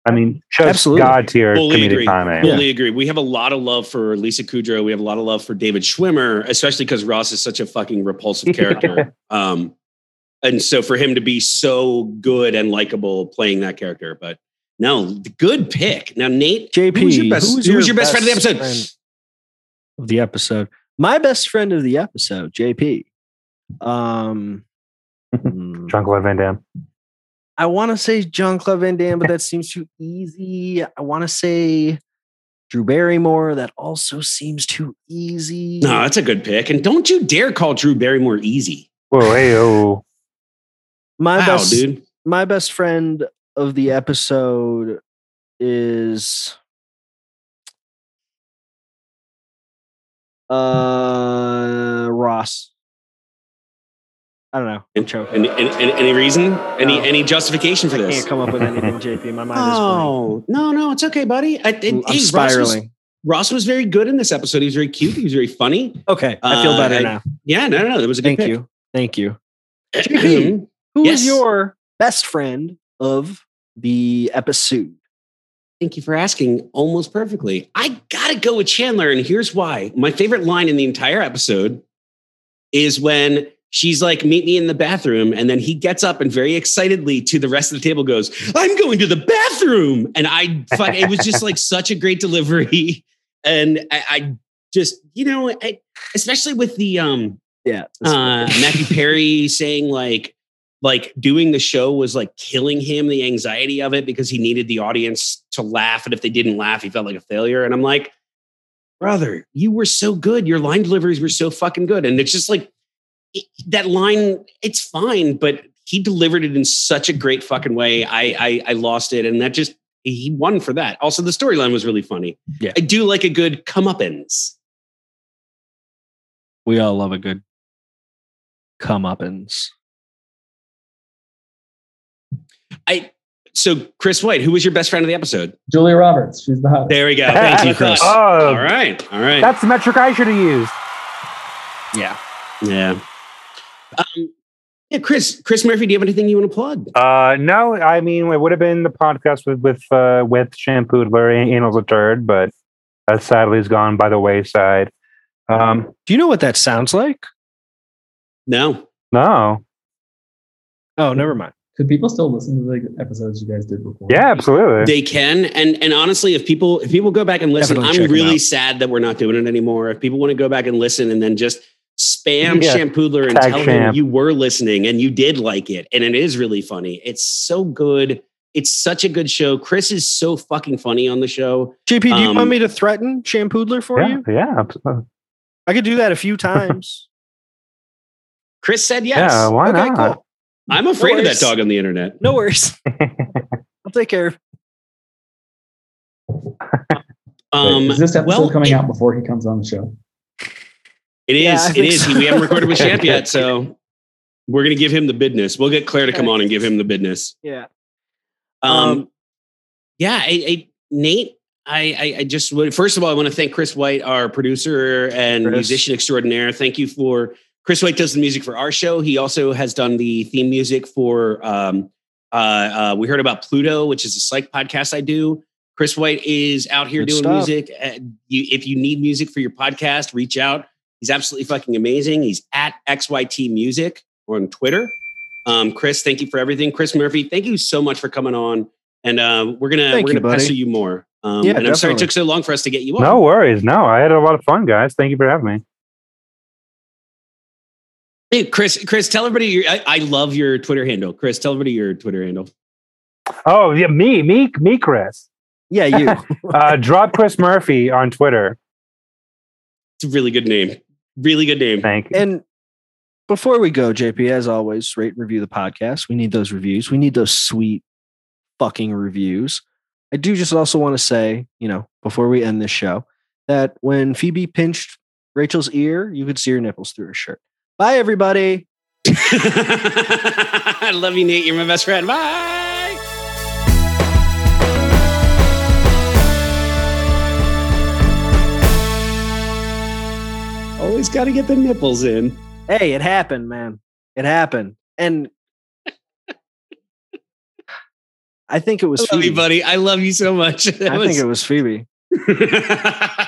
C: I mean, just
A: Absolutely.
C: god tier
B: Fully
C: comedic
B: agree.
C: timing.
B: Fully agree. We have a lot of love for Lisa Kudrow. We have a lot of love for David Schwimmer, especially because Ross is such a fucking repulsive character. um, and so for him to be so good and likable playing that character, but no, good pick. Now, Nate,
A: JP,
B: who was your best, who was your best, friend of the episode?
A: friend of the episode. My best friend of the episode, JP. Um, mm,
C: Jean Claude Van Damme.
A: I want to say John Claude Van Damme, but that seems too easy. I want to say Drew Barrymore. That also seems too easy.
B: No, that's a good pick. And don't you dare call Drew Barrymore easy.
C: Whoa, hey, oh.
A: my
B: Wow,
A: best,
B: dude.
A: my best friend of the episode is uh Ross. I don't know. I'm choking.
B: Any, any, any- any reason? Any
A: No.
B: any justification for
A: I
B: this?
A: can't come up with anything, JP. My mind is blank.
B: Oh no, no, it's okay, buddy. I, it, hey,
A: I'm
B: Ross was-
A: spiraling.
B: Ross was very good in this episode. He was very cute. He was very funny.
A: Okay, I feel
B: Uh,
A: better
B: I-
A: now.
B: Yeah, no, no, no. That was a good
A: Thank you. Thank you.
B: pick.
A: JP. Who is
B: Yes.
A: your best friend of the episode?
B: Thank you for asking. Almost perfectly. I gotta go with Chandler, and here's why. My favorite line in the entire episode is when she's like, "Meet me in the bathroom," and then he gets up and very excitedly to the rest of the table goes, "I'm going to the bathroom," and I fuck. it was just like such a great delivery, and I, I just you know, I, especially with the um
A: Yeah.
B: uh, Matthew Perry saying like like doing the show was like killing him the anxiety of it because he needed the audience to laugh and if they didn't laugh he felt like a failure and I'm like brother you were so good your line deliveries were so fucking good and it's just like it- that line it's fine but he delivered it in such a great fucking way I I, I lost it and that just he won for that also the storyline was really funny
A: Yeah.
B: I do like a good comeuppance
A: we all love a good comeuppance.
B: I so Chris White who was your best friend of the episode
D: Julia Roberts. She's the hottest.
B: There we go. Thank you, Chris.
C: Oh,
B: all right. All right.
C: that's the metric I should have used.
B: Yeah. Um, yeah, Chris. Chris Murphy, do you have anything you want to plug?
C: Uh, no, I mean it would have been the podcast with with uh, with Shampoodler and Anal's a turd, but that sadly has gone by the wayside. Um,
E: Do you know what that sounds like?
B: No.
C: no,
E: Oh, never mind.
D: Could people still listen to the episodes you guys did before?
C: yeah, absolutely.
B: They can. And and honestly, if people if people go back and listen,
A: Definitely check
B: I'm
A: 'em
B: really
A: out.
B: sad that we're not doing it anymore. If people want to go back and listen and then just spam
C: Yeah.
B: Shampoodler and
C: Tag
B: tell him
C: Champ.
B: you were listening and you did like it. And it is really funny. It's so good. It's such a good show. Chris is so fucking funny on the show.
E: JP, do you
B: Um,
E: want me to threaten Shampoodler for
C: yeah,
E: you?
C: yeah, absolutely.
E: I could do that a few times.
B: Chris said yes.
C: yeah. Why
E: okay,
C: not?
E: cool.
B: I'm afraid of that
E: worries.
B: dog on the internet.
E: No worries. I'll take care. of-
B: Um,
D: is this episode
B: well,
D: coming
B: it-
D: out before he comes on the show?
B: It is.
E: Yeah, I
B: it
E: think
B: is.
E: so.
B: We haven't recorded with Champ yet, so we're gonna give him the bidness. We'll get Claire to come on and give him the bidness.
E: Yeah.
B: Um,
E: Um,
B: yeah, I, I, Nate. I, I, I just would first of all, I want to thank Chris White, our producer and
E: Chris.
B: musician extraordinaire. Thank you for Chris White does the music for our show. He also has done the theme music for um, uh, uh, we heard about Pluto, which is a psych podcast I do. Chris White is out here
A: Good
B: doing
A: stuff.
B: music. Uh, you, if you need music for your podcast, reach out. He's absolutely fucking amazing. He's at XYT Music on Twitter. Um, Chris, thank you for everything. Chris Murphy, thank you so much for coming on. And uh, we're gonna
A: Thank
B: we're
A: you,
B: gonna
A: buddy.
B: pester you more. Um,
A: Yeah,
B: and I'm sorry
A: definitely.
B: it took so long for us to get you on.
C: No worries. No, I had a lot of fun, guys. Thank you for having me.
B: Hey, Chris, Chris, tell everybody your. I, I love your Twitter handle. Chris, tell everybody your Twitter handle.
C: Oh yeah, me, me, me, Chris.
A: Yeah, you.
C: Uh, drop Chris Murphy on Twitter.
B: It's a really good name. Really good name.
C: Thank you.
A: and before we go, JP, as always, rate and review the podcast. We need those reviews. We need those sweet fucking reviews. I do just also want to say, you know, before we end this show, that when Phoebe pinched Rachel's ear, you could see her nipples through her shirt. Bye, everybody.
B: I love you, Nate. You're my best friend. Bye. Always got to get the nipples in.
A: Hey, it happened, man. It happened. And I think it was
B: I love
A: Phoebe.
B: you, buddy. I love you so much.
A: I think it was Phoebe.
B: it was.